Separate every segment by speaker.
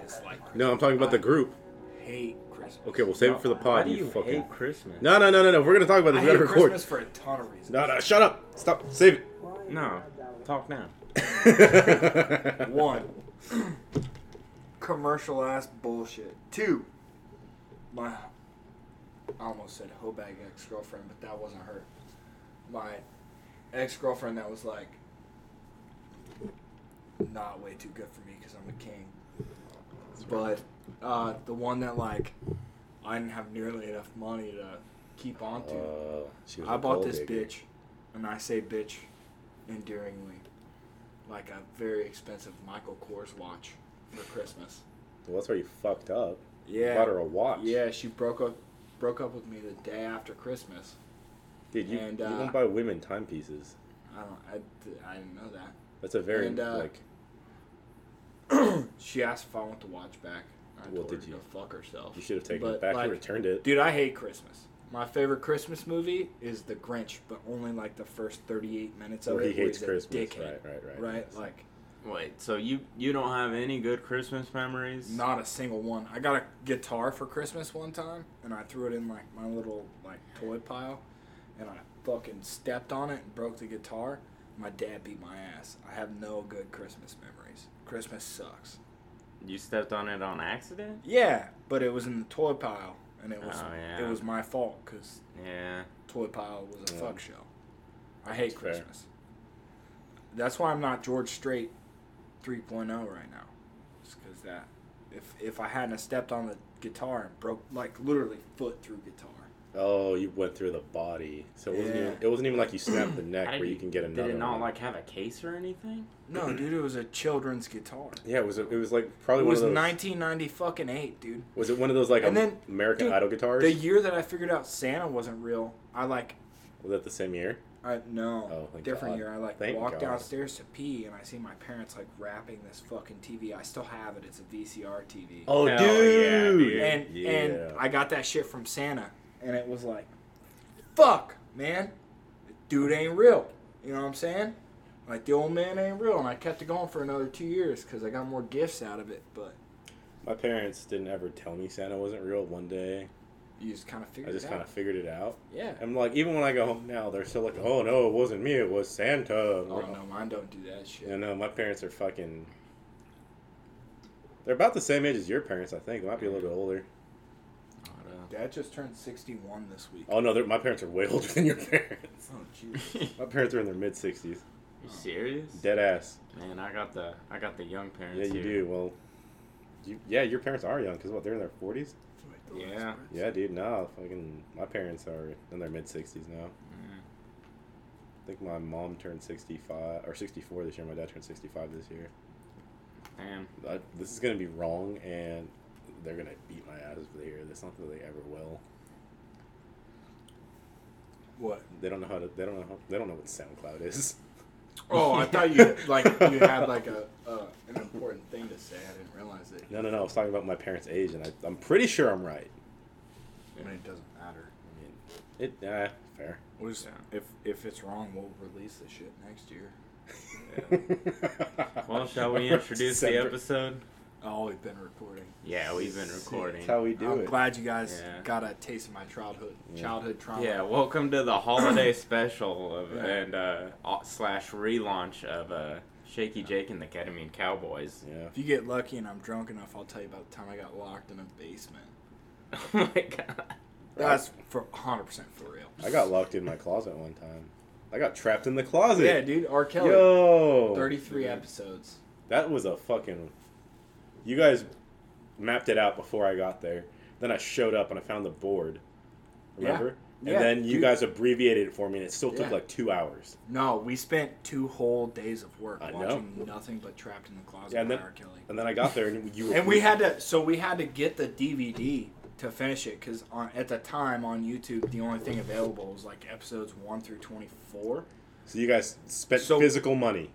Speaker 1: dislike.
Speaker 2: No, I'm talking about the group.
Speaker 1: Hate Christmas.
Speaker 2: Okay, we'll save it for the
Speaker 3: Why
Speaker 2: pod.
Speaker 3: do
Speaker 2: You,
Speaker 3: you
Speaker 2: fucking.
Speaker 3: hate Christmas?
Speaker 2: No, no, no, no, no. We're gonna talk about
Speaker 1: I
Speaker 2: this. We
Speaker 1: hate
Speaker 2: gotta record.
Speaker 1: Christmas for a ton of reasons.
Speaker 2: No, no. Shut up. Stop. Save Uh,
Speaker 3: No. Talk now.
Speaker 2: it.
Speaker 1: One, commercial ass bullshit. Two, my, I almost said hoe bag ex girlfriend, but that wasn't her. My ex girlfriend that was like, not way too good for me because I'm a king. But uh, the one that like, I didn't have nearly enough money to keep on to.
Speaker 2: Uh, she was
Speaker 1: I
Speaker 2: a
Speaker 1: bought
Speaker 2: gold
Speaker 1: this
Speaker 2: digger.
Speaker 1: bitch, and I say bitch endearingly, like a very expensive Michael Kors watch for Christmas.
Speaker 2: Well, that's already fucked up.
Speaker 1: Yeah.
Speaker 2: Bought her a watch.
Speaker 1: Yeah, she broke up broke up with me the day after Christmas.
Speaker 2: Dude, you,
Speaker 1: And,
Speaker 2: you
Speaker 1: uh,
Speaker 2: don't buy women timepieces.
Speaker 1: I don't I, I didn't know that.
Speaker 2: That's a very
Speaker 1: and, uh,
Speaker 2: like.
Speaker 1: She asked if I want the watch back. I
Speaker 2: Well,
Speaker 1: told
Speaker 2: did
Speaker 1: her
Speaker 2: you?
Speaker 1: to go fuck herself.
Speaker 2: You should have taken
Speaker 1: but,
Speaker 2: it back
Speaker 1: like,
Speaker 2: and returned it.
Speaker 1: Dude, I hate Christmas. My favorite Christmas movie is The Grinch, but only like the first 38 minutes of
Speaker 2: Where
Speaker 1: it.
Speaker 2: he
Speaker 1: where
Speaker 2: hates
Speaker 1: he's a
Speaker 2: Christmas.
Speaker 1: dickhead,
Speaker 2: Right, right, right.
Speaker 1: right? Like
Speaker 3: Wait, so you you don't have any good Christmas memories?
Speaker 1: Not a single one. I got a guitar for Christmas one time, and I threw it in like my little like toy pile, and I fucking stepped on it and broke the guitar. My dad beat my ass. I have no good Christmas memories. Christmas sucks.
Speaker 3: You stepped on it on accident?
Speaker 1: Yeah, but it was in the toy pile, and it was
Speaker 3: Oh, yeah.
Speaker 1: it was my fault because
Speaker 3: Yeah.
Speaker 1: toy pile was a
Speaker 2: Yeah.
Speaker 1: fuck show. I hate
Speaker 2: Fair.
Speaker 1: Christmas. That's why I'm not George Strait 3.0 right now. Just because that. If, if I hadn't have stepped on the guitar and broke, like, literally foot through guitar.
Speaker 2: Oh, you went through the body, so it wasn't
Speaker 1: Yeah.
Speaker 2: even, it wasn't even like you snapped the neck
Speaker 3: How did
Speaker 2: where you can get another.
Speaker 3: Did it not
Speaker 2: one.
Speaker 3: like have a case or anything?
Speaker 1: No, dude, it was a children's guitar.
Speaker 2: Yeah, it was it was like
Speaker 1: It
Speaker 2: probably
Speaker 1: was
Speaker 2: Mm-hmm. one of those.
Speaker 1: 1990 fucking eight, dude.
Speaker 2: Was it one of those like
Speaker 1: And
Speaker 2: um,
Speaker 1: then,
Speaker 2: American
Speaker 1: dude,
Speaker 2: Idol guitars?
Speaker 1: The year that I figured out Santa wasn't real, I, like,
Speaker 2: was that the same year?
Speaker 1: I no
Speaker 2: Oh, thank
Speaker 1: different
Speaker 2: God.
Speaker 1: year. I like
Speaker 2: Thank
Speaker 1: walked
Speaker 2: God.
Speaker 1: downstairs to pee, and I see my parents like wrapping this fucking TV. I still have it. It's a VCR TV.
Speaker 2: Oh,
Speaker 3: Hell yeah,
Speaker 2: dude.
Speaker 3: dude.
Speaker 1: and
Speaker 2: yeah.
Speaker 1: and I got that shit from Santa, and it was like, fuck, man, dude ain't real. You know what I'm saying? Like the old man ain't real, and I kept it going for another two years because I got more gifts out of it. But
Speaker 2: my parents didn't ever tell me Santa wasn't real. One day,
Speaker 1: you just kind of
Speaker 2: I
Speaker 1: figured
Speaker 2: just
Speaker 1: it
Speaker 2: kind
Speaker 1: out.
Speaker 2: of figured it out.
Speaker 1: yeah.
Speaker 2: I'm like, even when I go home now, they're still like, "Oh no, it wasn't me. It was Santa."
Speaker 1: Oh no, mine don't do that shit.
Speaker 2: Yeah, no, my parents are fucking. They're about the same age as your parents, I think. They might be a little bit older.
Speaker 1: Dad just turned 61 this week.
Speaker 2: Oh no, they're- my parents are way older than your parents.
Speaker 1: Oh jeez.
Speaker 2: My parents are in their mid sixties,
Speaker 3: you serious?
Speaker 2: dead ass.
Speaker 3: Man, I got the I got the young
Speaker 2: Yeah,
Speaker 3: parents
Speaker 2: you
Speaker 3: here.
Speaker 2: do. Well, you, yeah, your parents are young because what? They're in their forties.
Speaker 3: Yeah.
Speaker 2: Yeah, dude. No, fucking. My parents are in their mid sixties now.
Speaker 3: Mm-hmm.
Speaker 2: I think my mom turned sixty five or sixty four this year. My dad turned sixty five this year.
Speaker 3: Damn.
Speaker 2: I, this is gonna be wrong, and they're gonna beat my ass if they hear this. Not that they ever will.
Speaker 1: What?
Speaker 2: They don't know how to. They don't know. How, they don't know what SoundCloud is.
Speaker 1: Oh, I thought you like you had like a uh, an important thing to say. I didn't realize it.
Speaker 2: No, no, no. I was talking about my parents' age, and I, I'm pretty sure I'm right.
Speaker 1: I mean, it doesn't matter.
Speaker 2: I mean, it. Nah, fair.
Speaker 1: We'll just- if if it's wrong, we'll release the shit next year.
Speaker 3: Well, shall we introduce the
Speaker 2: Separate-
Speaker 3: episode?
Speaker 1: Oh, we've been recording.
Speaker 3: Yeah, we've been
Speaker 2: That's
Speaker 3: recording.
Speaker 2: how we do
Speaker 1: I'm
Speaker 2: it.
Speaker 1: glad you guys
Speaker 3: Yeah.
Speaker 1: got a taste of my childhood
Speaker 2: Yeah.
Speaker 1: childhood trauma.
Speaker 3: Yeah, welcome to the holiday special of
Speaker 1: Yeah.
Speaker 3: and uh, au- slash relaunch of uh, Shaky Jake and the Ketamine Cowboys.
Speaker 2: Yeah.
Speaker 1: If you get lucky and I'm drunk enough, I'll tell you about the time I got locked in a basement.
Speaker 3: Oh my god.
Speaker 1: That's for 100 percent for real.
Speaker 2: I got locked in my closet one time. I got trapped in the closet.
Speaker 1: Yeah, dude. R. Kelly.
Speaker 2: Yo.
Speaker 1: 33 episodes.
Speaker 2: That was a fucking. You guys mapped it out before I got there. Then I showed up and I found the board.
Speaker 1: Yeah.
Speaker 2: Remember?
Speaker 1: Yeah,
Speaker 2: and then you
Speaker 1: dude.
Speaker 2: guys abbreviated it for me, and it still took
Speaker 1: Yeah.
Speaker 2: like two hours.
Speaker 1: No, we spent two whole days of work
Speaker 2: I know.
Speaker 1: watching nothing but Trapped in the Closet
Speaker 2: Yeah, and
Speaker 1: by
Speaker 2: then-
Speaker 1: R. Kelly.
Speaker 2: And then I got there, and you.
Speaker 1: And we had to, so we had to get the DVD to finish it because at the time on YouTube, the only thing available was like episodes one through twenty-four.
Speaker 2: So you guys spent
Speaker 1: So-
Speaker 2: physical money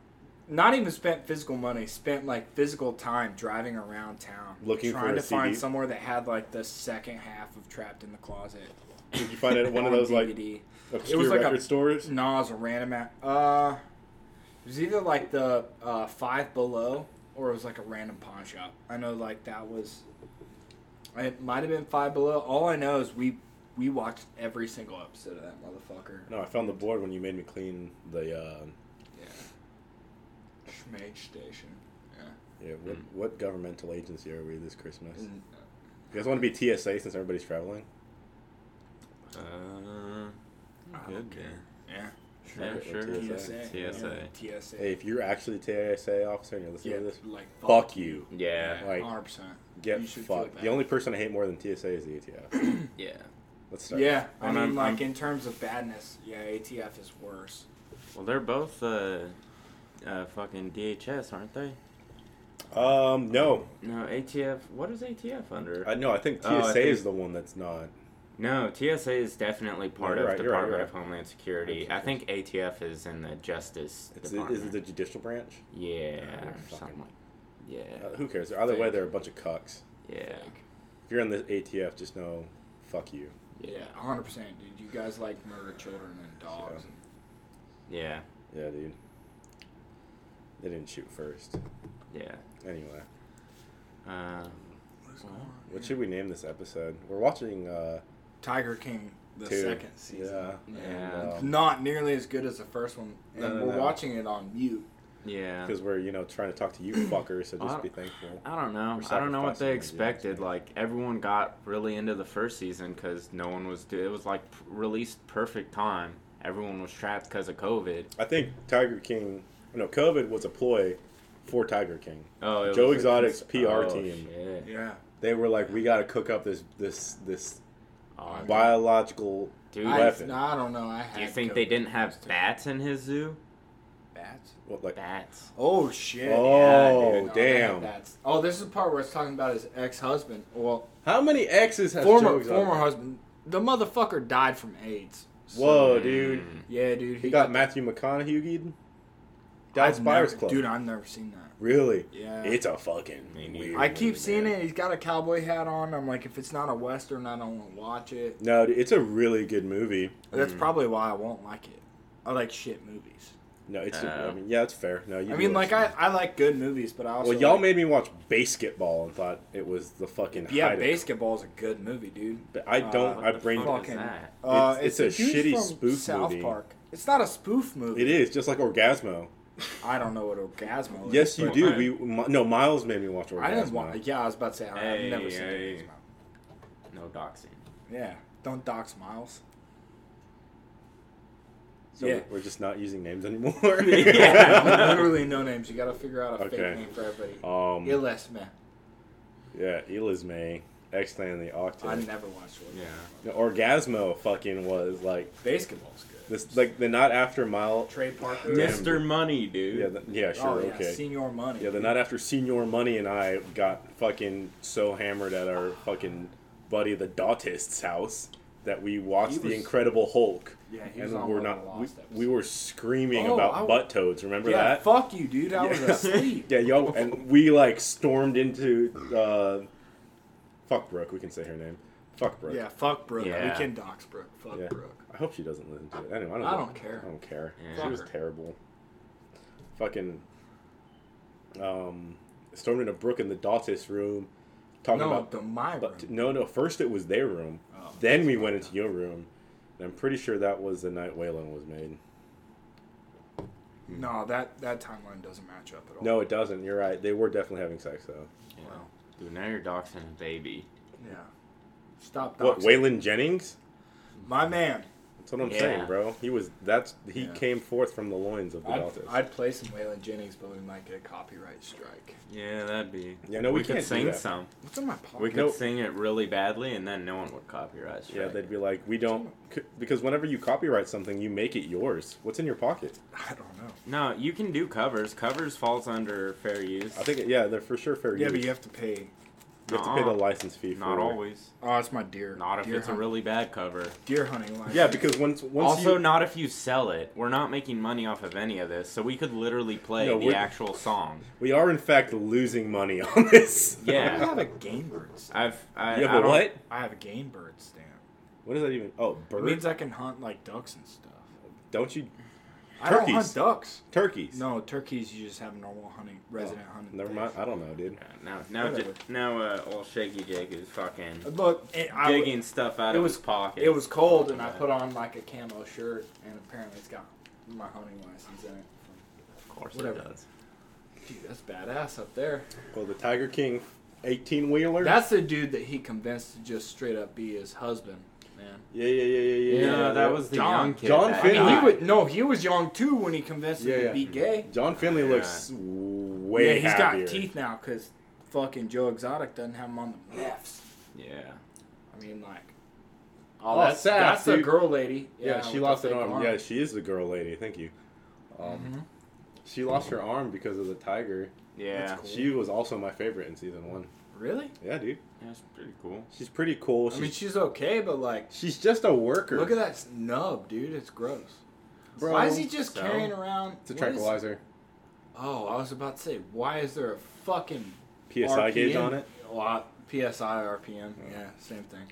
Speaker 1: Not even spent physical money, spent like physical time driving around town,
Speaker 2: Looking for
Speaker 1: trying to
Speaker 2: a
Speaker 1: find
Speaker 2: CD.
Speaker 1: somewhere that had like the second half of Trapped in the Closet.
Speaker 2: Did you find it at one of those like
Speaker 1: DVD.
Speaker 2: obscure
Speaker 1: like a- Mm.
Speaker 2: record stores?
Speaker 1: No, it was a random. a- Uh, it was either like the uh, Five Below or it was like a random pawn shop. I know like that was. It might have been Five Below. All I know is we we watched every single episode of that motherfucker.
Speaker 2: No, I found the board when you made me clean the. Uh,
Speaker 1: Yeah. Schmage Station. Yeah.
Speaker 2: yeah, what,
Speaker 1: Mm.
Speaker 2: what governmental agency are we this Christmas?
Speaker 1: And,
Speaker 2: You guys want to be TSA since everybody's traveling?
Speaker 3: Uh,
Speaker 1: I don't
Speaker 3: good
Speaker 1: care.
Speaker 3: there.
Speaker 1: yeah.
Speaker 3: Yeah,
Speaker 2: Sure,
Speaker 3: sure.
Speaker 2: TSA.
Speaker 3: is.
Speaker 1: TSA.
Speaker 3: TSA.
Speaker 1: Yeah. TSA.
Speaker 2: Hey, if you're actually a TSA officer and you're listening
Speaker 1: yeah,
Speaker 2: to this,
Speaker 1: like
Speaker 2: fuck you.
Speaker 3: Yeah.
Speaker 2: like,
Speaker 1: 100%.
Speaker 2: Get
Speaker 1: You should feel
Speaker 2: fucked.
Speaker 1: bad.
Speaker 2: The only person I hate more than TSA is the ATF.
Speaker 3: Yeah.
Speaker 2: Let's start.
Speaker 1: Yeah, I
Speaker 3: I'm-
Speaker 1: mean,
Speaker 3: I'm-
Speaker 1: like
Speaker 3: I'm-
Speaker 1: in terms of badness, yeah, ATF is worse.
Speaker 3: Well, they're both uh, uh, fucking DHS, aren't they?
Speaker 2: Um, no,
Speaker 3: No, ATF. What is ATF under?
Speaker 2: I no, I think TSA
Speaker 3: Oh, I
Speaker 2: is
Speaker 3: think-
Speaker 2: the one that's not.
Speaker 3: no, TSA is definitely part
Speaker 2: you're
Speaker 3: of
Speaker 2: right, you're right,
Speaker 3: Department
Speaker 2: you're
Speaker 3: of Homeland Security. I think ATF is in the Justice
Speaker 2: It's the,
Speaker 3: Department.
Speaker 2: is it the judicial branch?
Speaker 3: yeah,
Speaker 2: Oh,
Speaker 3: or
Speaker 2: fucking-
Speaker 3: something. like- Yeah,
Speaker 2: Uh, who cares? Either way,
Speaker 1: Fake.
Speaker 2: they're a bunch of cucks.
Speaker 3: yeah,
Speaker 2: If you're in the ATF, just know, fuck you.
Speaker 1: Yeah,
Speaker 3: yeah,
Speaker 1: 100%, dude. You guys like murder children and dogs.
Speaker 3: yeah,
Speaker 2: Yeah, dude. They didn't shoot first.
Speaker 3: yeah.
Speaker 2: Anyway,
Speaker 3: Um,
Speaker 1: What is
Speaker 3: Well,
Speaker 1: going on?
Speaker 2: what should we name this episode? We're watching uh
Speaker 1: Tiger King, the
Speaker 2: two.
Speaker 1: second season.
Speaker 2: Yeah. uh, um,
Speaker 3: Yeah.
Speaker 1: It's Not nearly as good as the first one. And
Speaker 2: No, no,
Speaker 1: we're
Speaker 2: no.
Speaker 1: watching it on mute.
Speaker 3: yeah.
Speaker 2: Because we're you know trying to talk to you fuckers, so just
Speaker 3: I-
Speaker 2: be thankful.
Speaker 3: I don't know.
Speaker 2: We're
Speaker 3: I don't know what
Speaker 2: sacrificing
Speaker 3: they
Speaker 2: our
Speaker 3: expected.
Speaker 2: DNA.
Speaker 3: Like everyone got really into the first season because no one was. Do- it was like p- released perfect time. Everyone was trapped because of COVID.
Speaker 2: I think Tiger King. No, COVID was a ploy for Tiger King.
Speaker 3: Oh, it
Speaker 2: Joe
Speaker 3: was a
Speaker 2: Exotic's
Speaker 3: cons-
Speaker 2: PR
Speaker 3: oh,
Speaker 2: team.
Speaker 3: shit.
Speaker 1: Yeah.
Speaker 2: They were like, we got to cook up this this this
Speaker 3: Oh,
Speaker 2: biological
Speaker 3: dude,
Speaker 1: I,
Speaker 2: weapon.
Speaker 1: I don't know. I had
Speaker 3: do you think they
Speaker 1: COVID.
Speaker 3: didn't have bats in his zoo?
Speaker 1: bats?
Speaker 2: what, like
Speaker 3: Bats.
Speaker 1: Oh, shit.
Speaker 2: Oh,
Speaker 1: dude. No, they had
Speaker 2: damn.
Speaker 1: bats. Oh, this is the part where it's talking about his ex husband. Well,
Speaker 2: how many exes has Joe
Speaker 1: former
Speaker 2: Exotic?
Speaker 1: former husband. The motherfucker died from AIDS. So-
Speaker 2: Whoa, Oh, dude!
Speaker 3: Mm.
Speaker 1: Yeah, dude.
Speaker 2: He got Matthew McConaughey. Died
Speaker 1: I've
Speaker 2: Spires
Speaker 1: never-
Speaker 2: Club.
Speaker 1: Dude, I've never seen that.
Speaker 2: really?
Speaker 1: Yeah.
Speaker 2: It's a fucking
Speaker 3: Me neither.
Speaker 2: weird.
Speaker 1: I keep
Speaker 2: movie,
Speaker 1: seeing
Speaker 2: man.
Speaker 1: it. He's got a cowboy hat on. I'm like, if it's not a western, I don't want to watch it.
Speaker 2: No, dude, it's a really good movie.
Speaker 1: That's probably why I won't like it. I like shit movies.
Speaker 2: No, it's.
Speaker 3: Uh,
Speaker 2: I mean, yeah, it's fair. No, you
Speaker 1: I
Speaker 2: do
Speaker 1: mean, like
Speaker 2: watch-
Speaker 1: I, I like good movies, but I also
Speaker 2: Well, y'all
Speaker 1: like,
Speaker 2: made me watch Basketball and thought it was the fucking
Speaker 1: yeah,
Speaker 2: height of-
Speaker 1: Basketball's a good movie, dude.
Speaker 2: But I don't.
Speaker 1: Uh,
Speaker 2: I
Speaker 3: What the
Speaker 2: bring.
Speaker 3: fuck
Speaker 1: Fucking-
Speaker 3: is that?
Speaker 1: Uh,
Speaker 2: It's-
Speaker 1: it's,
Speaker 2: it's a
Speaker 1: a,
Speaker 2: shitty
Speaker 1: dude from
Speaker 2: spoof
Speaker 1: South
Speaker 2: movie.
Speaker 1: Park. It's not a spoof movie.
Speaker 2: It is just like Orgasmo.
Speaker 1: I don't know what orgasmo. is.
Speaker 2: Yes, you
Speaker 1: but-
Speaker 2: do.
Speaker 3: I-
Speaker 2: We Mi- no Miles made me watch Orgasmo.
Speaker 1: I didn't want. Yeah, I was about to say I,
Speaker 3: Hey,
Speaker 1: I've never seen
Speaker 3: hey.
Speaker 1: orgasmo.
Speaker 3: No doxing.
Speaker 1: Yeah, don't dox Miles.
Speaker 2: So
Speaker 1: yeah.
Speaker 2: we're just not using names anymore.
Speaker 3: Yeah.
Speaker 1: Literally no names. You got to figure out a
Speaker 2: Okay.
Speaker 1: fake name for everybody.
Speaker 2: um.
Speaker 1: Illes man.
Speaker 2: yeah, Elis May, X Clan, the
Speaker 1: I
Speaker 2: Octane.
Speaker 1: never watched one.
Speaker 3: Yeah.
Speaker 2: No, Orgasmo fucking was like
Speaker 1: Basketball's good.
Speaker 2: this. Like the not after Mile.
Speaker 1: Trey Parker.
Speaker 2: Damn.
Speaker 3: Mr. Money, dude.
Speaker 2: Yeah. The, yeah. Sure.
Speaker 1: oh, yeah,
Speaker 2: okay.
Speaker 1: Senior Money.
Speaker 2: Yeah, the night after Senior Money and I got fucking so hammered at our fucking buddy the Dautist's house that we watched
Speaker 1: He
Speaker 2: The
Speaker 1: was-
Speaker 2: Incredible Hulk.
Speaker 1: Yeah, he was
Speaker 2: And
Speaker 1: on
Speaker 2: we're
Speaker 1: one of the
Speaker 2: not we,
Speaker 1: Lost
Speaker 2: we were screaming
Speaker 1: Oh,
Speaker 2: about
Speaker 1: I-
Speaker 2: butt toads, remember
Speaker 1: yeah,
Speaker 2: that?
Speaker 1: fuck you, dude. I was
Speaker 2: Yeah.
Speaker 1: asleep.
Speaker 2: Yeah, y'all and we like stormed into uh fuck Brooke, we can say her name. Fuck Brooke.
Speaker 1: Yeah, fuck Brooke.
Speaker 3: Yeah.
Speaker 1: We can dox Brooke. Fuck
Speaker 2: Yeah.
Speaker 1: Brooke.
Speaker 2: I hope she doesn't listen to it. Anyway, I don't,
Speaker 1: I
Speaker 2: know.
Speaker 1: don't care.
Speaker 2: I don't care.
Speaker 3: Yeah.
Speaker 2: She was
Speaker 1: Fuck her.
Speaker 2: terrible. Fucking um stormed into Brooke in the Daughtist room talking
Speaker 1: No,
Speaker 2: about
Speaker 1: the my room.
Speaker 2: but no no, first it was their room.
Speaker 1: Oh,
Speaker 2: then we
Speaker 1: that's
Speaker 2: went
Speaker 1: fucked
Speaker 2: into your room. And I'm pretty sure that was the night Waylon was made.
Speaker 1: no, that that timeline doesn't match up at all.
Speaker 2: No, it doesn't. You're right. They were definitely having sex though.
Speaker 3: Yeah.
Speaker 1: Wow.
Speaker 3: Dude, now you're doxing a baby.
Speaker 1: Yeah. Stop.
Speaker 2: What,
Speaker 1: doxing.
Speaker 2: Waylon Jennings?
Speaker 1: My man.
Speaker 2: That's what I'm
Speaker 3: Yeah.
Speaker 2: saying, bro. He was that's he
Speaker 1: Yeah.
Speaker 2: came forth from the loins of the
Speaker 1: I'd,
Speaker 2: Daltas.
Speaker 1: I'd play some Waylon Jennings, but we might get a copyright strike.
Speaker 3: Yeah, that'd be.
Speaker 2: Yeah, no, we
Speaker 3: could
Speaker 2: can't do
Speaker 3: sing
Speaker 2: that.
Speaker 3: some.
Speaker 1: What's in my pocket?
Speaker 3: We could
Speaker 2: Nope.
Speaker 3: sing it really badly, and then no one would copyright strike.
Speaker 2: yeah, they'd be like, we don't c- because whenever you copyright something, you make it yours. What's in your pocket?
Speaker 1: I don't know.
Speaker 3: No, you can do covers. Covers falls under fair use.
Speaker 2: I think yeah, they're for sure fair
Speaker 1: Yeah,
Speaker 2: use.
Speaker 1: but you have to pay.
Speaker 2: You have to pay the
Speaker 3: Nuh-uh.
Speaker 2: license fee for
Speaker 3: Not always.
Speaker 1: Oh, it's my deer.
Speaker 3: Not if
Speaker 1: deer
Speaker 3: it's a
Speaker 1: hunt-
Speaker 3: really bad cover.
Speaker 1: deer hunting license.
Speaker 2: Yeah, because once once
Speaker 3: Also,
Speaker 2: you,
Speaker 3: not if you sell it. We're not making money off of any of this, so we could literally play
Speaker 2: No,
Speaker 3: the
Speaker 2: we're-
Speaker 3: actual song.
Speaker 2: we are in fact losing money on this.
Speaker 1: I
Speaker 3: Yeah.
Speaker 1: have a game bird. Stamp.
Speaker 3: I've. I,
Speaker 2: You
Speaker 3: I
Speaker 2: have a
Speaker 3: don't-
Speaker 2: what?
Speaker 1: I have a game bird stamp.
Speaker 2: What does that even? Oh,
Speaker 1: It
Speaker 2: bird.
Speaker 1: means I can hunt like ducks and stuff.
Speaker 2: Don't you?
Speaker 1: I don't hunt
Speaker 2: Turkeys.
Speaker 1: ducks.
Speaker 2: Turkeys.
Speaker 1: No, turkeys you just have normal hunting resident
Speaker 2: Oh,
Speaker 1: hunting.
Speaker 2: Never
Speaker 1: things.
Speaker 2: mind. I don't know, dude.
Speaker 3: Yeah, Now, now,
Speaker 1: Whatever.
Speaker 3: j- now, uh, old Shaky Jake is fucking
Speaker 1: Look, it, I,
Speaker 3: digging stuff out
Speaker 1: it
Speaker 3: of
Speaker 1: was-
Speaker 3: his pocket.
Speaker 1: it was cold, and I put on like a camo shirt, and apparently it's got my hunting license in it.
Speaker 3: Of course,
Speaker 1: whatever.
Speaker 3: it does.
Speaker 1: Dude, that's badass up there.
Speaker 2: Well, the Tiger King 18 wheeler.
Speaker 1: That's the dude that he convinced to just straight up be his husband, man.
Speaker 2: yeah, yeah, yeah, yeah, yeah.
Speaker 3: Yeah,
Speaker 2: yeah,
Speaker 3: that
Speaker 2: yeah.
Speaker 3: was the
Speaker 1: John-
Speaker 3: young kid.
Speaker 2: John
Speaker 3: that
Speaker 1: I mean, he
Speaker 2: Finley.
Speaker 3: died.
Speaker 1: would no, he was young too when he convinced him
Speaker 2: Yeah,
Speaker 1: to
Speaker 2: yeah.
Speaker 1: be gay.
Speaker 2: John Finley
Speaker 3: Yeah.
Speaker 2: looks way
Speaker 1: yeah, he's
Speaker 2: happier.
Speaker 1: got teeth now because fucking Joe Exotic doesn't have him on the lefts.
Speaker 3: Yeah.
Speaker 1: I mean, like,
Speaker 2: Oh,
Speaker 1: that's
Speaker 2: Saf,
Speaker 1: that's the
Speaker 2: dude.
Speaker 1: girl lady.
Speaker 2: Yeah, she
Speaker 1: with
Speaker 2: lost
Speaker 1: the
Speaker 2: an
Speaker 1: fake
Speaker 2: arm. Yeah, she is the girl lady. Thank you. Um,
Speaker 1: Mhm.
Speaker 2: She lost her arm because of the tiger.
Speaker 3: Yeah.
Speaker 1: That's cool.
Speaker 2: She was also my favorite in season one.
Speaker 1: Really?
Speaker 2: Yeah, dude.
Speaker 3: That's pretty cool.
Speaker 2: She's pretty cool. She's,
Speaker 1: I mean, she's okay, but like,
Speaker 2: she's just a worker.
Speaker 1: look at that snub, dude. It's gross.
Speaker 2: Bro,
Speaker 1: why is he just
Speaker 3: so?
Speaker 1: carrying around?
Speaker 2: It's a
Speaker 1: what is-
Speaker 2: tranquilizer.
Speaker 1: oh, I was about to say, why is there a fucking
Speaker 2: PSI gauge
Speaker 1: RPM?
Speaker 2: on it.
Speaker 1: Well, I- PSI RPM.
Speaker 2: Oh.
Speaker 1: Yeah, same thing.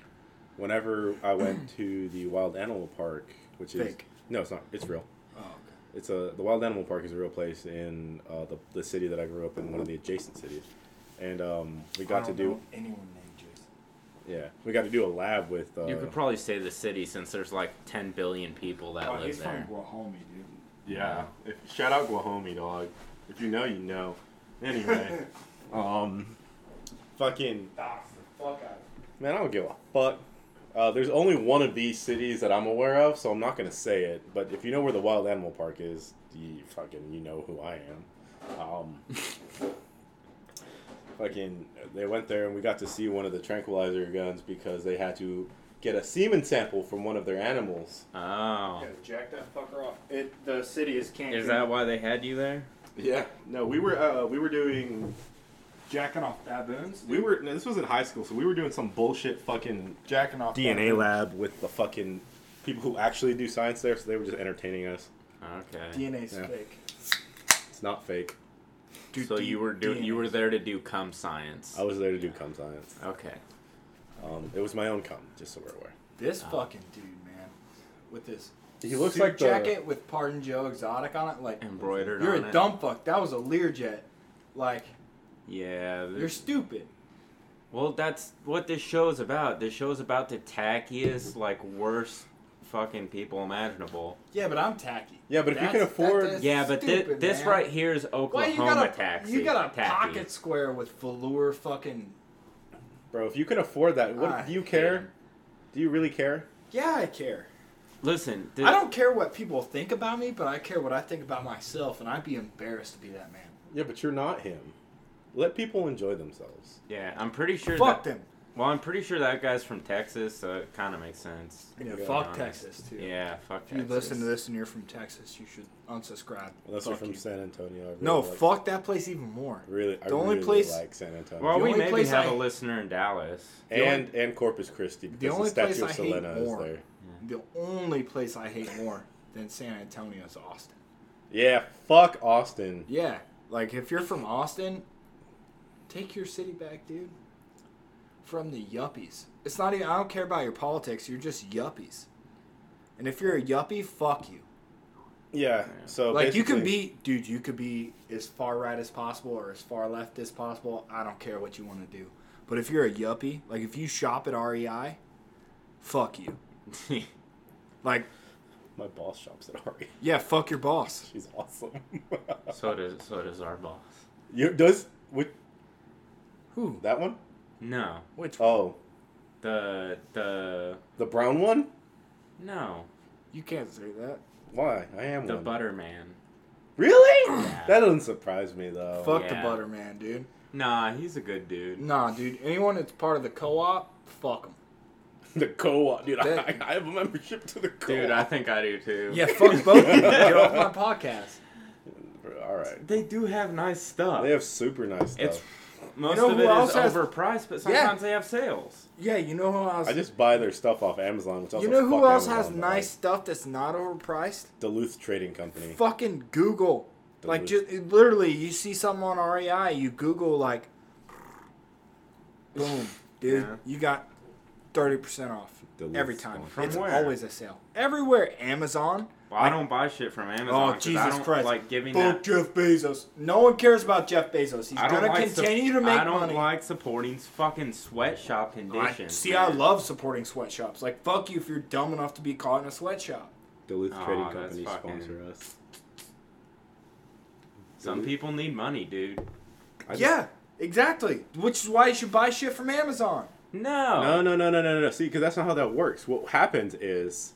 Speaker 2: Whenever I went to the wild animal park, which is
Speaker 1: Fake.
Speaker 2: no, it's not. It's real.
Speaker 1: Oh, okay.
Speaker 2: It's a the wild animal park is a real place in uh, the the city that I grew up in, one of the adjacent cities, and um, we got
Speaker 1: I
Speaker 2: to
Speaker 1: don't
Speaker 2: do
Speaker 1: know anyone named Jason.
Speaker 2: yeah we got to do a lab with uh,
Speaker 3: you could probably say the city since there's like 10 billion people that
Speaker 1: Oh,
Speaker 3: live
Speaker 1: he's
Speaker 3: there.
Speaker 1: from Guahomie, dude.
Speaker 2: Yeah. If, shout out Guahomie, dog. If you know, you know. Anyway, um, fucking
Speaker 1: Dox the Ah, fuck out
Speaker 2: man, I don't give a fuck. Uh, there's only one of these cities that I'm aware of, so I'm not gonna say it. But if you know where the wild animal park is, you fucking you know who I am. Um, fucking, they went there and we got to see one of the tranquilizer guns because they had to get a semen sample from one of their animals.
Speaker 3: Oh.
Speaker 1: jack that fucker off. It, the city is Cancun.
Speaker 3: Is that why they had you there?
Speaker 2: Yeah. No, we were uh, we were doing
Speaker 1: jacking off baboons?
Speaker 2: We were no, this was in high school, so we were doing some bullshit fucking
Speaker 1: jacking off
Speaker 2: DNA
Speaker 1: baboons.
Speaker 2: lab with the fucking people who actually do science there, so they were just entertaining us.
Speaker 3: Okay.
Speaker 1: DNA's
Speaker 2: Yeah.
Speaker 1: fake.
Speaker 2: It's not fake.
Speaker 1: Dude,
Speaker 3: So
Speaker 1: D- Oh.
Speaker 3: you were doing you
Speaker 1: DNA.
Speaker 3: were there to do cum science.
Speaker 2: I was there to do cum science.
Speaker 3: Okay.
Speaker 2: Um, it was my own cum, just so we're aware.
Speaker 1: This
Speaker 3: Oh.
Speaker 1: fucking dude, man, with this
Speaker 2: He looks
Speaker 1: suit
Speaker 2: like the-
Speaker 1: jacket with Pardon Joe Exotic on it. Like
Speaker 3: Embroidered
Speaker 1: you're
Speaker 3: on
Speaker 1: a
Speaker 3: it.
Speaker 1: dumb fuck. That was a Learjet. Like
Speaker 3: Yeah. th-
Speaker 1: you're stupid.
Speaker 3: Well, that's what this show's about. This show's about the tackiest, like worst fucking people imaginable.
Speaker 1: Yeah, but I'm tacky.
Speaker 2: Yeah, but if you
Speaker 1: That's-
Speaker 2: can afford-
Speaker 1: that- that's
Speaker 3: yeah, but thi-
Speaker 1: stupid,
Speaker 3: this
Speaker 1: man.
Speaker 3: right here is Oklahoma
Speaker 1: Why you got a
Speaker 3: taxi.
Speaker 1: you got a
Speaker 3: tacky.
Speaker 1: pocket square with velour fucking?
Speaker 2: Bro, if you can afford that, what
Speaker 1: I
Speaker 2: do you care?
Speaker 1: hate
Speaker 2: Do you really care?
Speaker 1: Yeah, I care.
Speaker 3: Listen,
Speaker 1: I don't care what people think about me, but I care what I think about myself, and I'd be embarrassed to be that man.
Speaker 2: Yeah, but you're not him. Let people enjoy themselves.
Speaker 3: Yeah, I'm pretty sure.
Speaker 1: fuck
Speaker 3: that,
Speaker 1: them.
Speaker 3: Well, I'm pretty sure that guy's from Texas, so it kind of makes sense.
Speaker 1: Yeah,
Speaker 2: Yeah.
Speaker 1: fuck
Speaker 3: Honest.
Speaker 1: Texas too.
Speaker 3: Yeah, fuck
Speaker 1: If you
Speaker 3: Texas.
Speaker 1: listen to this and you're from Texas, you should unsubscribe.
Speaker 2: Unless
Speaker 1: fuck
Speaker 2: you're from
Speaker 1: you.
Speaker 2: San Antonio. I really
Speaker 1: No,
Speaker 2: like-
Speaker 1: fuck that place even more.
Speaker 2: Really, I
Speaker 1: The only
Speaker 2: really
Speaker 1: place-
Speaker 2: like San Antonio.
Speaker 3: Well,
Speaker 1: The
Speaker 3: we
Speaker 1: only
Speaker 3: maybe
Speaker 1: place
Speaker 3: have
Speaker 1: I-
Speaker 3: a listener in Dallas.
Speaker 2: and and Corpus Christi because the,
Speaker 1: only
Speaker 2: statue of
Speaker 1: place I hate
Speaker 2: Selena is
Speaker 1: more-
Speaker 2: there.
Speaker 1: The only place I hate more than San Antonio is Austin.
Speaker 2: Yeah, fuck Austin.
Speaker 1: Yeah, like if you're from Austin, take your city back, dude. From the yuppies. It's not even. I don't care about your politics. You're just yuppies. And if you're a yuppie, fuck you.
Speaker 2: Yeah.
Speaker 3: Yeah.
Speaker 2: So
Speaker 1: like you can
Speaker 2: basically-
Speaker 1: be, dude. You could be as far right as possible or as far left as possible. I don't care what you want to do. But if you're a yuppie, like if you shop at REI, fuck you. Like
Speaker 2: My boss shops at Ari.
Speaker 1: yeah, fuck your boss.
Speaker 2: She's awesome.
Speaker 3: so does so does our boss.
Speaker 2: you does which
Speaker 1: Who?
Speaker 2: that one?
Speaker 3: No,
Speaker 1: Which
Speaker 2: Oh,
Speaker 3: the the
Speaker 2: the brown one?
Speaker 3: no
Speaker 1: you can't say that.
Speaker 2: Why? I am
Speaker 3: the
Speaker 2: one.
Speaker 3: butter man.
Speaker 2: really?
Speaker 3: Yeah.
Speaker 2: That doesn't surprise me though.
Speaker 1: fuck
Speaker 3: yeah.
Speaker 1: the butter man, dude.
Speaker 3: Nah, he's a good dude.
Speaker 1: Nah, dude. Anyone that's part of the co-op, fuck them.
Speaker 2: The co-op, dude. I,
Speaker 1: That-
Speaker 2: I have a membership to the co-op.
Speaker 3: Dude, I think I do too.
Speaker 1: Yeah, fuck both. of you. Get off my podcast.
Speaker 2: All right.
Speaker 3: they do have nice stuff.
Speaker 2: They have super nice stuff.
Speaker 3: It's most
Speaker 1: You know
Speaker 3: of
Speaker 1: who
Speaker 3: it
Speaker 1: else
Speaker 3: is
Speaker 1: has-
Speaker 3: overpriced, but sometimes they have sales.
Speaker 1: Yeah, you know who else?
Speaker 2: I just buy their stuff off Amazon, which also
Speaker 1: you know who
Speaker 2: fuck
Speaker 1: else has
Speaker 2: Amazon, but, like,
Speaker 1: nice stuff that's not overpriced?
Speaker 2: Duluth Trading Company.
Speaker 1: Fucking Google.
Speaker 2: The
Speaker 1: like,
Speaker 2: list.
Speaker 1: just literally, you see something on REI, you Google, like, boom, dude,
Speaker 3: Yeah.
Speaker 1: you got 30% off
Speaker 2: Duluth's
Speaker 1: every time.
Speaker 2: gone.
Speaker 3: From
Speaker 1: it's
Speaker 3: where?
Speaker 1: always a sale. Everywhere. Amazon,
Speaker 3: Well, I don't buy shit from Amazon.
Speaker 1: Oh,
Speaker 3: 'cause I
Speaker 1: Jesus
Speaker 3: don't
Speaker 1: Christ.
Speaker 3: Like giving
Speaker 1: Fuck
Speaker 3: that.
Speaker 1: Jeff Bezos. No one cares about Jeff Bezos. He's
Speaker 3: I don't
Speaker 1: gonna
Speaker 3: like sup-
Speaker 1: continue to make
Speaker 3: I don't
Speaker 1: money.
Speaker 3: like supporting fucking sweatshop
Speaker 1: I,
Speaker 3: conditions.
Speaker 1: see,
Speaker 3: man.
Speaker 1: I love supporting sweatshops. Like, fuck you if you're dumb enough to be caught in a sweatshop.
Speaker 2: Duluth
Speaker 3: Aw,
Speaker 2: Trading
Speaker 3: that's
Speaker 2: Company
Speaker 3: fucking-
Speaker 2: sponsor us.
Speaker 3: Some people need money, dude.
Speaker 2: I just-
Speaker 1: yeah, exactly. Which is why you should buy shit from Amazon.
Speaker 3: No.
Speaker 2: No, no, no, no, no, no. See, because that's not how that works. What happens is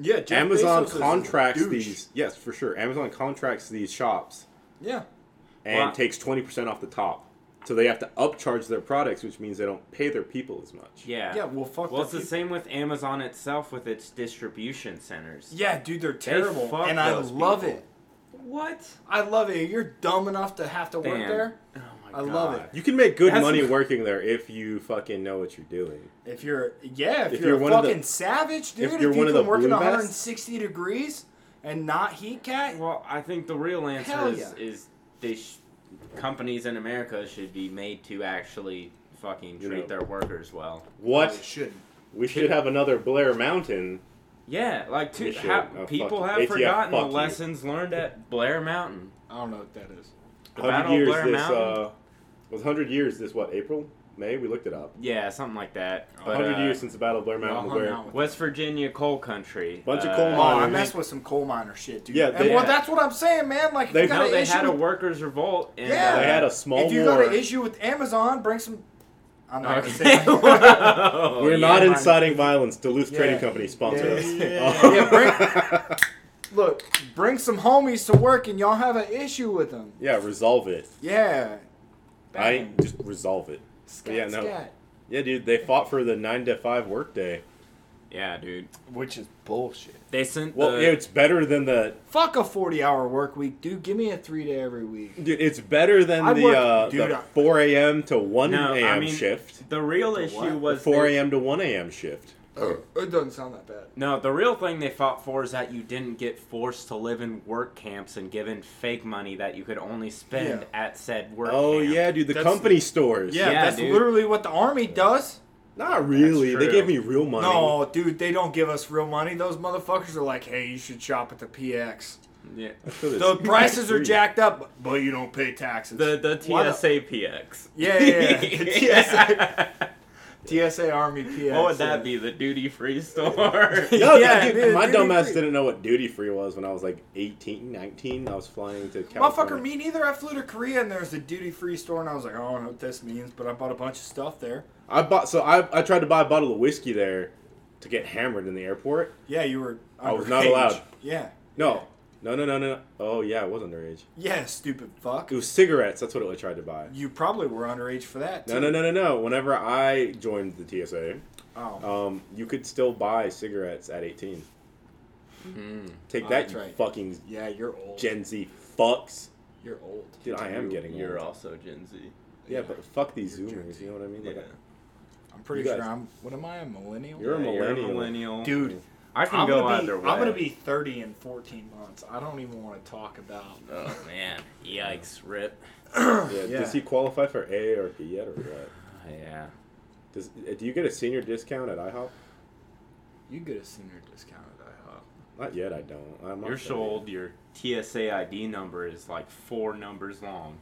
Speaker 1: Yeah, Jeff
Speaker 2: Amazon
Speaker 1: Bezos is a
Speaker 2: contracts
Speaker 1: douche.
Speaker 2: these. Yes, for sure. Amazon contracts these shops
Speaker 1: Yeah,
Speaker 2: and
Speaker 3: Wow.
Speaker 2: takes twenty percent off the top. So they have to upcharge their products, which means they don't pay their people as much.
Speaker 3: Yeah.
Speaker 1: yeah. Well, fuck.
Speaker 3: Well,
Speaker 1: the
Speaker 3: it's the
Speaker 1: people.
Speaker 3: same with Amazon itself with its distribution centers.
Speaker 1: Yeah, dude, they're terrible,
Speaker 3: fuck
Speaker 1: and I
Speaker 3: those
Speaker 1: love
Speaker 3: people.
Speaker 1: it.
Speaker 3: What?
Speaker 1: I love it. You're dumb enough to have to work
Speaker 3: Damn.
Speaker 1: there
Speaker 3: Oh my
Speaker 1: I love
Speaker 3: God.
Speaker 1: it.
Speaker 2: You can make good
Speaker 3: That's-
Speaker 2: money working there if you fucking know what you're doing.
Speaker 1: if you're. Yeah, if,
Speaker 2: If
Speaker 1: you're,
Speaker 2: you're
Speaker 1: a
Speaker 2: one of the-
Speaker 1: fucking savage, dude. If,
Speaker 2: you're
Speaker 1: you
Speaker 2: one of
Speaker 1: can
Speaker 2: the
Speaker 1: work in
Speaker 2: blue
Speaker 1: 160 degrees and not heat cat.
Speaker 3: Well, I think the real answer
Speaker 1: Hell
Speaker 3: is,
Speaker 1: yeah.
Speaker 3: is they sh- companies in America should be made to actually fucking
Speaker 2: You
Speaker 3: treat
Speaker 2: know.
Speaker 3: their workers well.
Speaker 2: What?
Speaker 1: Well, it shouldn't.
Speaker 2: We should have another Blair Mountain.
Speaker 3: Yeah, like to,
Speaker 2: We should.
Speaker 3: ha-
Speaker 2: Oh,
Speaker 3: people
Speaker 2: fuck
Speaker 3: have
Speaker 2: you. ATF,
Speaker 3: forgotten the
Speaker 2: fuck you.
Speaker 3: lessons learned at Blair Mountain.
Speaker 1: I don't know what that is.
Speaker 3: The Battle
Speaker 2: Hundred
Speaker 3: of
Speaker 2: years
Speaker 3: Blair
Speaker 2: this
Speaker 3: Mountain?
Speaker 2: uh, was hundred years this what April May we looked it up.
Speaker 3: Yeah, something like that. But,
Speaker 2: hundred
Speaker 3: uh,
Speaker 2: years since the Battle of Blair
Speaker 1: Well,
Speaker 2: Mountain.
Speaker 1: hung
Speaker 2: where
Speaker 1: out with-
Speaker 3: West Virginia coal country.
Speaker 2: Bunch of
Speaker 3: Uh,
Speaker 2: coal
Speaker 1: Oh,
Speaker 2: miners.
Speaker 1: I messed with some coal miner shit, dude.
Speaker 2: Yeah,
Speaker 1: and
Speaker 2: they-
Speaker 1: well, that's what I'm saying, man. Like, if
Speaker 2: They-
Speaker 1: you got
Speaker 3: No,
Speaker 1: an
Speaker 3: they
Speaker 1: issue
Speaker 3: had a
Speaker 1: with-
Speaker 3: workers revolt. And,
Speaker 1: Yeah.
Speaker 3: uh,
Speaker 2: they had a small
Speaker 1: if you
Speaker 2: war.
Speaker 1: got an issue with Amazon, bring some. I'm not
Speaker 3: Okay.
Speaker 1: gonna say.
Speaker 3: Oh,
Speaker 2: We're
Speaker 1: yeah,
Speaker 2: not
Speaker 1: mine-
Speaker 2: inciting violence. Duluth
Speaker 1: Yeah.
Speaker 2: Trading Company sponsor
Speaker 1: Yeah,
Speaker 2: us.
Speaker 1: yeah, yeah. Yeah, Look, bring some homies to work, and y'all have an issue with them.
Speaker 2: Yeah, resolve it.
Speaker 1: Yeah.
Speaker 2: I ain't- just resolve it.
Speaker 1: Scat,
Speaker 2: yeah, no.
Speaker 1: scat.
Speaker 2: Yeah, dude, they fought for the nine to five workday.
Speaker 3: Yeah, dude.
Speaker 1: Which is bullshit.
Speaker 3: They sent
Speaker 2: Well,
Speaker 3: the,
Speaker 2: yeah, it's better than the
Speaker 1: Fuck a 40 hour work week, dude. Give me a three day every week.
Speaker 2: dude. It's better than
Speaker 1: I
Speaker 2: the,
Speaker 1: work-
Speaker 2: uh,
Speaker 1: dude,
Speaker 2: the
Speaker 1: I-
Speaker 2: four a.m. to one
Speaker 3: No, I
Speaker 2: a.m.
Speaker 3: mean,
Speaker 2: shift.
Speaker 3: the real
Speaker 1: The what?
Speaker 3: issue
Speaker 2: The
Speaker 3: was
Speaker 2: four
Speaker 3: they-
Speaker 2: a.m. to one a.m. shift.
Speaker 1: It doesn't sound that bad.
Speaker 3: No, the real thing they fought for is that you didn't get forced to live in work camps and given fake money that you could only spend at said work
Speaker 2: Oh
Speaker 3: camp.
Speaker 2: yeah, dude, the
Speaker 1: That's-
Speaker 2: company stores.
Speaker 1: Yeah,
Speaker 3: Yeah,
Speaker 1: that's
Speaker 3: dude.
Speaker 1: literally what the army does.
Speaker 2: Not really. They
Speaker 3: true.
Speaker 2: gave me real money.
Speaker 1: No, dude, they don't give us real money. Those motherfuckers are like, hey, you should shop at the PX.
Speaker 3: yeah.
Speaker 2: So it's
Speaker 1: The prices are
Speaker 2: tax-free.
Speaker 1: jacked up, but you don't pay taxes.
Speaker 3: The the
Speaker 1: Why the-
Speaker 3: TSA PX.
Speaker 1: Yeah, yeah, yeah. The TSA, TSA Army PX.
Speaker 3: What would that be? The duty free store.
Speaker 2: No,
Speaker 1: Yeah,
Speaker 2: dude,
Speaker 1: dude,
Speaker 2: my
Speaker 1: duty
Speaker 2: dumbass
Speaker 1: free.
Speaker 2: didn't know what duty free was when I was like 18, 19. I was flying to California.
Speaker 1: Motherfucker, me neither. I flew to Korea and there was a duty free store, and I was like, oh, I don't know what this means, but I bought a bunch of stuff there.
Speaker 2: I bought so I, I tried to buy a bottle of whiskey there to get hammered in the airport.
Speaker 1: Yeah, you were.
Speaker 2: I was not
Speaker 1: underage.
Speaker 2: allowed.
Speaker 1: Yeah.
Speaker 2: No, no, no, no, no. Oh yeah, it was underage.
Speaker 1: Yeah, stupid fuck.
Speaker 2: It was cigarettes. That's what I tried to buy.
Speaker 1: You probably were underage for that.
Speaker 2: No,
Speaker 1: too.
Speaker 2: no, no, no, no. Whenever I joined the TSA,
Speaker 1: Oh.
Speaker 2: um, you could still buy cigarettes at 18.
Speaker 3: Mm.
Speaker 2: Take
Speaker 1: Oh,
Speaker 2: that,
Speaker 1: that's
Speaker 2: you
Speaker 1: right.
Speaker 2: fucking
Speaker 1: Yeah, you're old.
Speaker 2: Gen Z fucks.
Speaker 1: You're old.
Speaker 2: Dude, I am getting
Speaker 3: You're
Speaker 2: old.
Speaker 3: also Gen Z.
Speaker 2: Yeah, but fuck these
Speaker 1: You're Gen
Speaker 2: Zoomers.
Speaker 1: Z.
Speaker 2: You know what I mean? Like,
Speaker 3: Yeah.
Speaker 1: I'm pretty
Speaker 2: You guys-
Speaker 1: sure I'm. What am I? A millennial?
Speaker 2: You're a
Speaker 3: Yeah,
Speaker 2: millennial.
Speaker 1: Dude,
Speaker 3: I
Speaker 1: I'm
Speaker 3: can go
Speaker 1: gonna, be,
Speaker 3: either way.
Speaker 1: I'm gonna be 30 in 14 months. I don't even want to talk about.
Speaker 3: Oh man! Yikes! Rip.
Speaker 2: yeah,
Speaker 1: Yeah.
Speaker 2: Does he qualify for AARP yet or what?
Speaker 3: Oh, Yeah.
Speaker 2: Does uh, do you get a senior discount at IHOP?
Speaker 1: You get a senior discount at IHOP.
Speaker 2: Not yet. I don't. I'm not
Speaker 3: You're so
Speaker 2: there yet.
Speaker 3: old. Your TSA ID number is like four numbers long.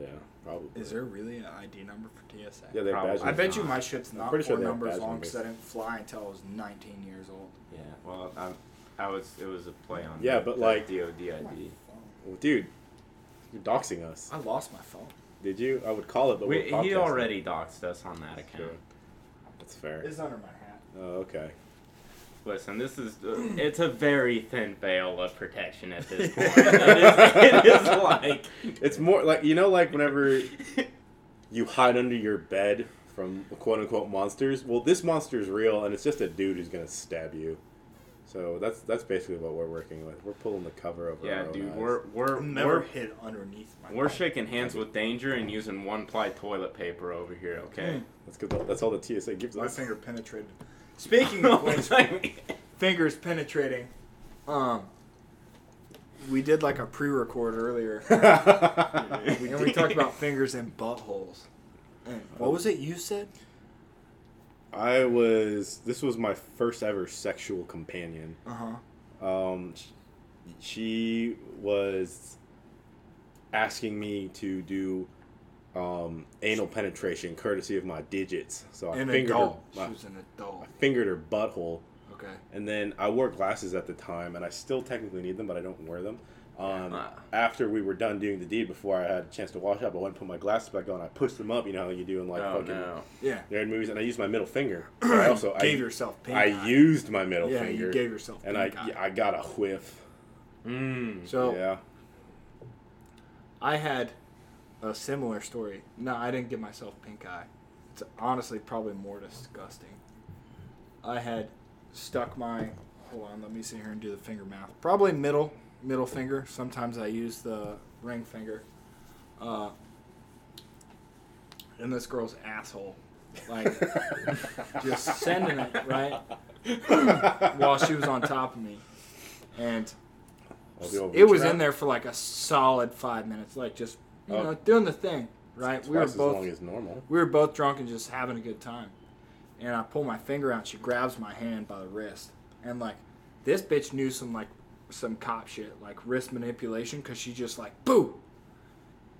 Speaker 2: Yeah, probably.
Speaker 1: Is there really an ID number for TSA?
Speaker 2: Yeah, they
Speaker 3: Probably.
Speaker 2: badge.
Speaker 1: I
Speaker 2: numbers.
Speaker 1: bet you my shit's
Speaker 2: I'm
Speaker 1: not four
Speaker 2: pretty sure they have
Speaker 1: numbers
Speaker 2: badge
Speaker 1: long
Speaker 2: numbers.
Speaker 1: because I didn't fly until I was 19 years old.
Speaker 3: Yeah. Well, I, I was. It was a play on.
Speaker 2: Yeah,
Speaker 3: the-
Speaker 2: but
Speaker 3: the
Speaker 2: like-
Speaker 3: DOD
Speaker 1: My
Speaker 3: ID.
Speaker 1: phone.
Speaker 2: Well, dude, you're doxing us.
Speaker 1: I lost my phone.
Speaker 2: Did you? I would call it, but
Speaker 3: We,
Speaker 2: we're podcasting.
Speaker 3: he already doxed us on that account.
Speaker 2: Sure. That's fair.
Speaker 1: It's under my hat.
Speaker 2: Oh, okay.
Speaker 3: Listen, this is uh, it's a very thin veil of protection at this point. it, is, it is like
Speaker 2: It's more like you know, like whenever you hide under your bed from quote unquote monsters. Well, this monster is real, and it's just a dude who's gonna stab you. So that's that's basically what we're working with. We're pulling the cover over.
Speaker 3: yeah,
Speaker 2: our own
Speaker 3: dude,
Speaker 2: eyes.
Speaker 3: we're we're
Speaker 1: I've never
Speaker 3: we're,
Speaker 1: hid underneath my.
Speaker 3: we're shaking hands with danger and using one ply toilet paper over here.
Speaker 1: Hmm.
Speaker 3: Okay.
Speaker 2: that's good. though. That's all the TSA gives
Speaker 1: My
Speaker 2: us.
Speaker 1: finger penetrated. Speaking of which, fingers penetrating. Um, we did like a pre-record earlier, and we talked about fingers and buttholes. And what was it you said?
Speaker 2: I was. This was my first ever sexual companion.
Speaker 1: Uh huh.
Speaker 2: Um, sh- she was asking me to do um, anal penetration courtesy of my digits. So I
Speaker 1: An
Speaker 2: fingered her,
Speaker 1: adult. She
Speaker 2: I
Speaker 1: was an adult.
Speaker 2: fingered her butthole.
Speaker 1: Okay.
Speaker 2: And then I wore glasses at the time, and I still technically need them, but I don't wear them. Um,
Speaker 3: Ah.
Speaker 2: After we were done doing the deed, before I had a chance to wash up, I went and put my glasses back on. I pushed them up, you know how you do in like
Speaker 3: oh
Speaker 2: fucking
Speaker 3: no.
Speaker 1: Yeah.
Speaker 2: nerd movies, and I used my middle finger. But I also
Speaker 1: gave
Speaker 2: I,
Speaker 1: yourself pink
Speaker 2: I
Speaker 1: eye.
Speaker 2: used my middle
Speaker 1: Yeah,
Speaker 2: finger,
Speaker 1: you gave yourself
Speaker 2: and I
Speaker 1: pink eye.
Speaker 2: yeah, I got a whiff.
Speaker 3: Mm.
Speaker 1: So
Speaker 2: Yeah,
Speaker 1: I had a similar story. No, I didn't give myself pink eye. It's honestly probably more disgusting. I had stuck my hold on, let me sit here and do the finger math. Probably middle middle finger. Sometimes I use the ring finger. Uh in this girl's asshole. Like just sending it, right? While she was on top of me. And
Speaker 2: I'll do a
Speaker 1: it was
Speaker 2: reach
Speaker 1: in there for like a solid five minutes, like just you
Speaker 2: Oh.
Speaker 1: know doing the thing, right?
Speaker 2: Twice
Speaker 1: we were
Speaker 2: as
Speaker 1: both
Speaker 2: long as normal.
Speaker 1: we were both drunk and just having a good time, and I pull my finger out. She grabs my hand by the wrist, and like this bitch knew some like some cop shit, like wrist manipulation, because she just like boo,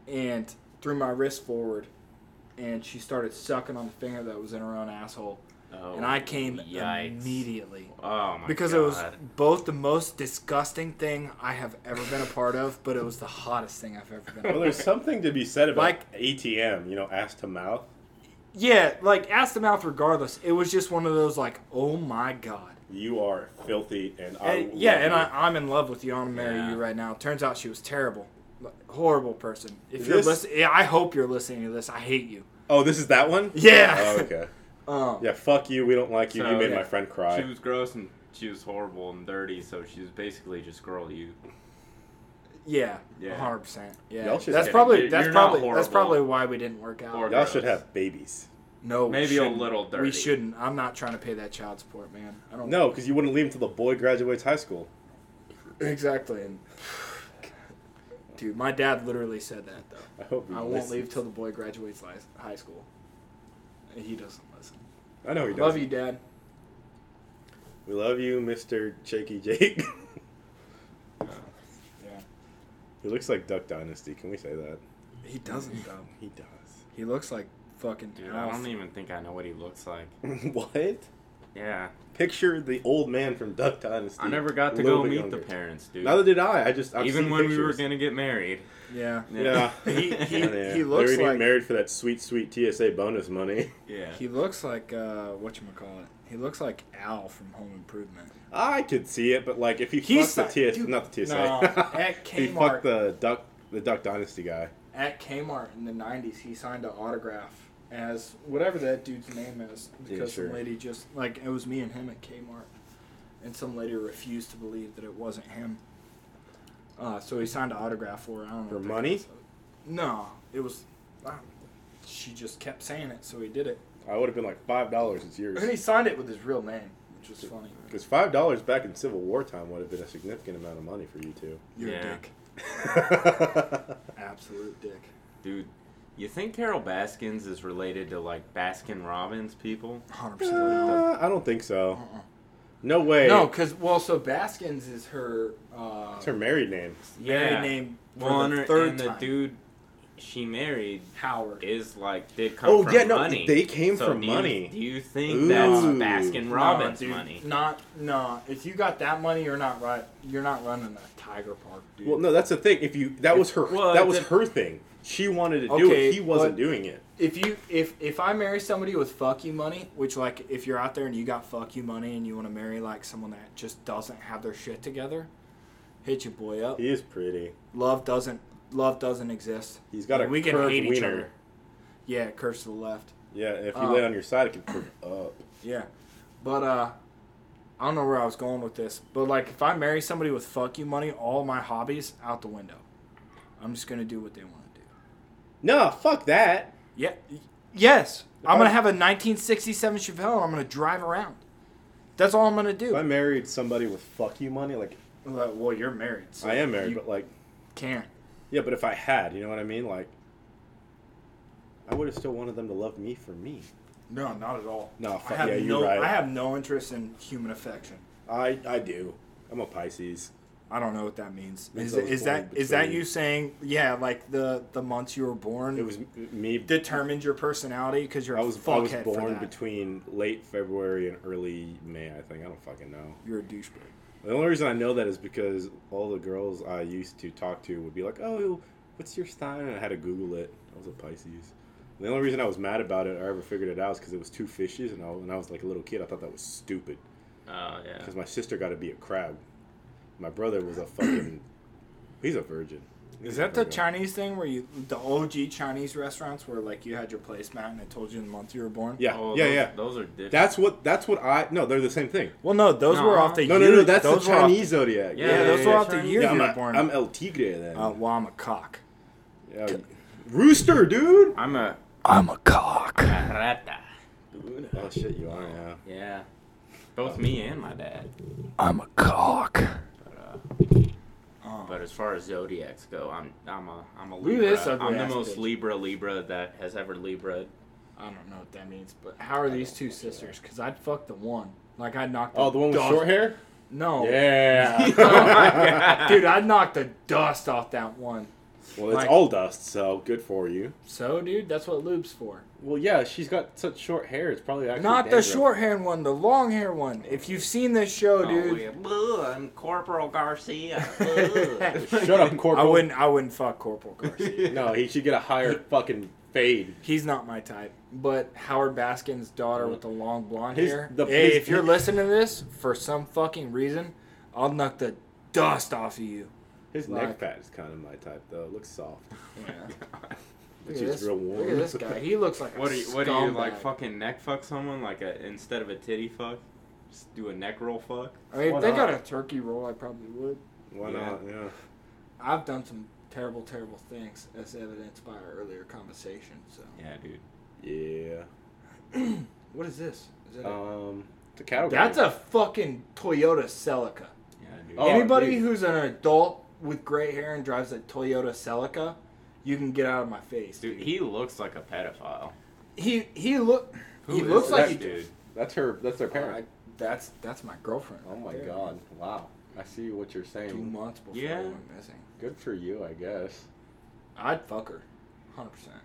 Speaker 1: and threw my wrist forward, and she started sucking on the finger that was in her own asshole,
Speaker 3: Oh,
Speaker 1: and I came
Speaker 3: yikes.
Speaker 1: immediately
Speaker 3: Oh my
Speaker 1: because
Speaker 3: god.
Speaker 1: it was both the most disgusting thing I have ever been a part of, but it was the hottest thing I've ever been.
Speaker 2: Well,
Speaker 1: A-
Speaker 2: there's something to be said about
Speaker 1: Like-
Speaker 2: ATM, you know, ass to mouth.
Speaker 1: yeah, like ass to mouth. Regardless, it was just one of those like, oh my god.
Speaker 2: You are filthy, and I
Speaker 1: And-
Speaker 2: love
Speaker 1: yeah, and
Speaker 2: you.
Speaker 1: I, I'm in love with you. I'm gonna marry
Speaker 3: Oh, Yeah.
Speaker 1: you right now. Turns out she was terrible, L- horrible person. If
Speaker 2: Is
Speaker 1: you're
Speaker 2: this-
Speaker 1: listening, I hope you're listening to this. I hate you.
Speaker 2: Oh, this is that one.
Speaker 1: Yeah.
Speaker 2: Oh, okay.
Speaker 1: Um,
Speaker 2: Yeah. Fuck you. We don't like you.
Speaker 3: So,
Speaker 2: you made
Speaker 3: yeah.
Speaker 2: my friend cry.
Speaker 3: She was gross and she was horrible and dirty, so she was basically just girl you.
Speaker 1: yeah,
Speaker 3: Yeah.
Speaker 1: 100. percent Yeah,
Speaker 2: Y'all should
Speaker 1: that's
Speaker 2: get it.
Speaker 1: probably
Speaker 3: You're-
Speaker 1: that's
Speaker 3: you're not
Speaker 1: probably that's
Speaker 3: horrible.
Speaker 1: probably why we didn't work out.
Speaker 3: Or-
Speaker 2: Y'all should
Speaker 3: gross.
Speaker 2: have babies.
Speaker 1: no, we
Speaker 3: Maybe a
Speaker 1: shouldn't.
Speaker 3: little dirty.
Speaker 1: We shouldn't. I'm not trying to pay that child support, man. I don't.
Speaker 2: No, because you wouldn't leave until the boy graduates high school.
Speaker 1: Exactly. And dude, my dad literally said that though.
Speaker 2: I
Speaker 3: Mm,
Speaker 2: hope. he
Speaker 1: I won't
Speaker 2: listens.
Speaker 1: leave till the boy graduates li- high school. And He doesn't listen.
Speaker 2: I know he does.
Speaker 1: Love you, Dad.
Speaker 2: We love you, Mister Shaky Jake.
Speaker 1: Yeah.
Speaker 2: he looks like Duck Dynasty. Can we say that?
Speaker 1: He doesn't though.
Speaker 2: He does.
Speaker 1: He looks like fucking
Speaker 3: Dude, I don't even think I know what he looks like.
Speaker 2: what?
Speaker 3: Yeah.
Speaker 2: Picture the old man from Duck Dynasty.
Speaker 3: I never got to
Speaker 2: little
Speaker 3: go
Speaker 2: bit
Speaker 3: meet
Speaker 2: younger.
Speaker 3: the parents, dude.
Speaker 2: Neither did I. I just I've
Speaker 3: Even
Speaker 2: seen
Speaker 3: when we were
Speaker 2: pictures.
Speaker 3: gonna get married.
Speaker 1: Yeah.
Speaker 2: Yeah.
Speaker 1: He- he-
Speaker 2: Oh, yeah.
Speaker 1: he looks
Speaker 2: they were
Speaker 1: like-
Speaker 2: getting married for that sweet sweet TSA bonus money.
Speaker 3: yeah.
Speaker 1: He looks like uh what you call it. He looks like Al from Home Improvement.
Speaker 2: I could see it, but like if he
Speaker 1: He's
Speaker 2: fucked the
Speaker 1: like-
Speaker 2: TSA,
Speaker 1: dude,
Speaker 2: not the TSA,
Speaker 1: no, at
Speaker 2: he
Speaker 1: Kmart.
Speaker 2: fucked the Duck the Duck Dynasty guy.
Speaker 1: At Kmart in the '90s, he signed an autograph as whatever that dude's name is
Speaker 2: Yeah,
Speaker 1: because
Speaker 2: sure.
Speaker 1: some lady just like it was me and him at Kmart, and some lady refused to believe that it wasn't him. Uh, so he signed an autograph for her. I don't know
Speaker 2: For
Speaker 1: what the
Speaker 2: money?
Speaker 1: cost of it- No, it was. I- She just kept saying it, so he did it,
Speaker 2: I would have been like five dollars. It's yours.
Speaker 1: and he signed it with his real name, which was funny.
Speaker 2: Because five dollars back in Civil War time would have been a significant amount of money for you two.
Speaker 1: You're
Speaker 3: Yeah.
Speaker 1: a dick, absolute dick.
Speaker 3: Dude, you think Carol Baskins is related to like Baskin Robbins people?
Speaker 1: 100%.
Speaker 2: Uh, I don't think so.
Speaker 1: Uh-uh.
Speaker 2: No way.
Speaker 1: No, because well, so Baskins is her. Uh,
Speaker 2: it's her married name.
Speaker 1: married
Speaker 3: Yeah.
Speaker 1: name for
Speaker 3: Well, and,
Speaker 1: the
Speaker 3: her-
Speaker 1: third
Speaker 3: and the
Speaker 1: time.
Speaker 3: dude she married
Speaker 1: Howard.
Speaker 3: is like did come
Speaker 2: Oh,
Speaker 3: from
Speaker 2: yeah, no,
Speaker 3: money.
Speaker 2: they came
Speaker 3: So
Speaker 2: from
Speaker 3: do you-
Speaker 2: money.
Speaker 3: do you think
Speaker 2: Ooh.
Speaker 3: that's
Speaker 2: Nah,
Speaker 3: Baskin
Speaker 1: No,
Speaker 3: Robbins
Speaker 1: dude,
Speaker 3: money?
Speaker 1: Not no. If you got that money, you're not right. You're not running a Tiger Park, dude.
Speaker 2: Well, no, that's the thing. If you that was her
Speaker 3: Well,
Speaker 2: that was
Speaker 3: the-
Speaker 2: her thing. She wanted to do
Speaker 1: Okay,
Speaker 2: it. He wasn't
Speaker 1: but-
Speaker 2: doing it.
Speaker 1: If you if if I marry somebody with fuck you money, which like if you're out there and you got fuck you money and you want to marry like someone that just doesn't have their shit together, hit your boy up.
Speaker 2: He is pretty.
Speaker 1: Love doesn't love doesn't exist.
Speaker 2: He's got a
Speaker 1: We can
Speaker 2: curved
Speaker 1: hate each
Speaker 2: wiener.
Speaker 1: other. Yeah, curse to the left.
Speaker 2: Yeah, if you
Speaker 1: Um,
Speaker 2: lay on your side, it can curve up.
Speaker 1: Yeah. But uh I don't know where I was going with this, but like if I marry somebody with fuck you money, all my hobbies out the window. I'm just gonna do what they want to do.
Speaker 2: No, fuck that.
Speaker 1: Yeah. y- Yes. I'm
Speaker 2: I-
Speaker 1: gonna have a 1967 Chevelle and I'm gonna drive around. That's all I'm gonna do.
Speaker 2: If I married somebody with fuck you money, like
Speaker 1: Well, well, you're married. So
Speaker 2: I am married,
Speaker 1: you
Speaker 2: but like
Speaker 1: can't.
Speaker 2: yeah, but if I had, you know what I mean? Like I would have still wanted them to love me for me.
Speaker 1: No, not at all.
Speaker 2: No,
Speaker 1: I
Speaker 2: fuck-
Speaker 1: have
Speaker 2: yeah, you're
Speaker 1: no.
Speaker 2: right.
Speaker 1: I have no interest in human affection.
Speaker 2: I I do. I'm a Pisces.
Speaker 1: I don't know what that means.
Speaker 2: Means
Speaker 1: Is,
Speaker 2: I was
Speaker 1: is that
Speaker 2: born
Speaker 1: is that
Speaker 2: between-
Speaker 1: you saying yeah, like the the months you were born
Speaker 2: It was m- me.
Speaker 1: determined your personality because you're
Speaker 2: I was
Speaker 1: a
Speaker 2: I was
Speaker 1: fuckhead for
Speaker 2: born
Speaker 1: that.
Speaker 2: between late February and early May. I think I don't fucking know.
Speaker 1: You're a douchebag.
Speaker 2: The only reason I know that is because all the girls I used to talk to would be like, "Oh, what's your sign?" And I had to Google it. I was a Pisces. The only reason I was mad about it or ever figured it out is because it was two fishes, and I, when I was like a little kid, I thought that was stupid.
Speaker 3: Oh yeah.
Speaker 2: Because my sister got to be a crab. My brother was a fucking. he's a virgin. He's
Speaker 1: Is
Speaker 2: a
Speaker 1: that the
Speaker 2: Virgo.
Speaker 1: Chinese thing where you the OG Chinese restaurants where like you had your placemat and it told you the month you were born?
Speaker 2: Yeah,
Speaker 3: Oh,
Speaker 2: yeah,
Speaker 3: those,
Speaker 2: yeah.
Speaker 3: Those are different.
Speaker 2: That's what. That's what I. No, they're the same thing.
Speaker 1: Well, no, those were
Speaker 3: No.
Speaker 1: off the
Speaker 2: No, no,
Speaker 1: year-
Speaker 2: no. That's the
Speaker 1: those were off-
Speaker 2: Chinese zodiac.
Speaker 3: Yeah,
Speaker 1: yeah, those were off the
Speaker 3: Chinese.
Speaker 1: year
Speaker 2: Yeah,
Speaker 1: you
Speaker 2: I'm,
Speaker 1: were
Speaker 2: a,
Speaker 1: born.
Speaker 2: I'm El Tigre then.
Speaker 1: Uh, well, I'm a cock.
Speaker 2: Yeah, Rooster, dude.
Speaker 3: I'm a
Speaker 1: I'm a cock.
Speaker 3: rata.
Speaker 2: Oh shit, you are. Yeah.
Speaker 3: Yeah. Both me and my dad.
Speaker 1: I'm a cock.
Speaker 3: But as far as zodiacs go, I'm I'm a I'm a
Speaker 1: Look at
Speaker 3: Libra.
Speaker 1: this ugly
Speaker 3: I'm the
Speaker 1: ass
Speaker 3: most
Speaker 1: bitch.
Speaker 3: Libra Libra that has ever Libra.
Speaker 1: I don't know what that means, but how are these two sisters? Because I'd fuck the one. Like, I'd knock
Speaker 2: Oh, the one with
Speaker 1: dust-
Speaker 2: short hair.
Speaker 1: No.
Speaker 2: Yeah.
Speaker 3: oh my god.
Speaker 1: Dude, I'd knock the dust off that one.
Speaker 2: well, it's
Speaker 1: Like-
Speaker 2: all dust, so good for you.
Speaker 1: So, dude, that's what lube's for.
Speaker 2: Well, yeah, she's got such short hair. It's probably actually
Speaker 1: Not the
Speaker 2: dandruff.
Speaker 1: short hair one, the long hair one. If you've seen this show, Oh, dude.
Speaker 3: Oh, yeah. Ugh, I'm Corporal Garcia.
Speaker 2: Shut up,
Speaker 1: I
Speaker 2: Corporal.
Speaker 1: wouldn't. I wouldn't fuck Corporal Garcia.
Speaker 2: No, he should get a higher fucking fade.
Speaker 1: He's not my type. But Howard Baskin's daughter with the long blonde
Speaker 2: His-
Speaker 1: hair.
Speaker 2: the-
Speaker 1: hey,
Speaker 2: his-
Speaker 1: if you're listening to this for some fucking reason, I'll knock the dust off of you.
Speaker 2: His
Speaker 1: Like-
Speaker 2: neck pad is kind of my type, though. It looks soft.
Speaker 1: Look
Speaker 2: It's
Speaker 1: at, this,
Speaker 2: real warm.
Speaker 1: look at this guy. He looks like
Speaker 3: What
Speaker 1: a
Speaker 3: do you what do you like
Speaker 1: scumbag.
Speaker 3: fucking neck fuck someone like a instead of a titty fuck? Just do a neck roll fuck.
Speaker 1: I mean,
Speaker 2: Why
Speaker 1: if they
Speaker 2: not?
Speaker 1: got a turkey roll, I probably would.
Speaker 2: Why
Speaker 3: Yeah.
Speaker 2: not? Yeah.
Speaker 1: I've done some terrible, terrible things, as evidenced by our earlier conversation. So,
Speaker 3: Yeah, dude.
Speaker 2: Yeah.
Speaker 1: what is this? Is that a-
Speaker 2: Um, the cattle.
Speaker 1: That's a fucking Toyota Celica.
Speaker 3: Yeah, dude.
Speaker 2: Oh,
Speaker 1: Anybody
Speaker 2: dude.
Speaker 1: who's an adult with gray hair and drives a Toyota Celica, you can get out of my face,
Speaker 3: Dude,
Speaker 1: dude.
Speaker 3: he looks like a pedophile.
Speaker 1: He he look. he
Speaker 3: is
Speaker 1: looks
Speaker 3: this
Speaker 1: like
Speaker 2: he-
Speaker 1: he
Speaker 3: dude.
Speaker 2: That's her. That's their
Speaker 1: I,
Speaker 2: parent.
Speaker 1: that's that's my girlfriend.
Speaker 2: oh
Speaker 1: right
Speaker 2: my
Speaker 1: there.
Speaker 2: god! Wow. I see what you're
Speaker 1: Two
Speaker 2: saying.
Speaker 1: months before
Speaker 3: Yeah.
Speaker 1: I went missing.
Speaker 2: Good for you, I guess.
Speaker 1: I'd fuck her, hundred percent.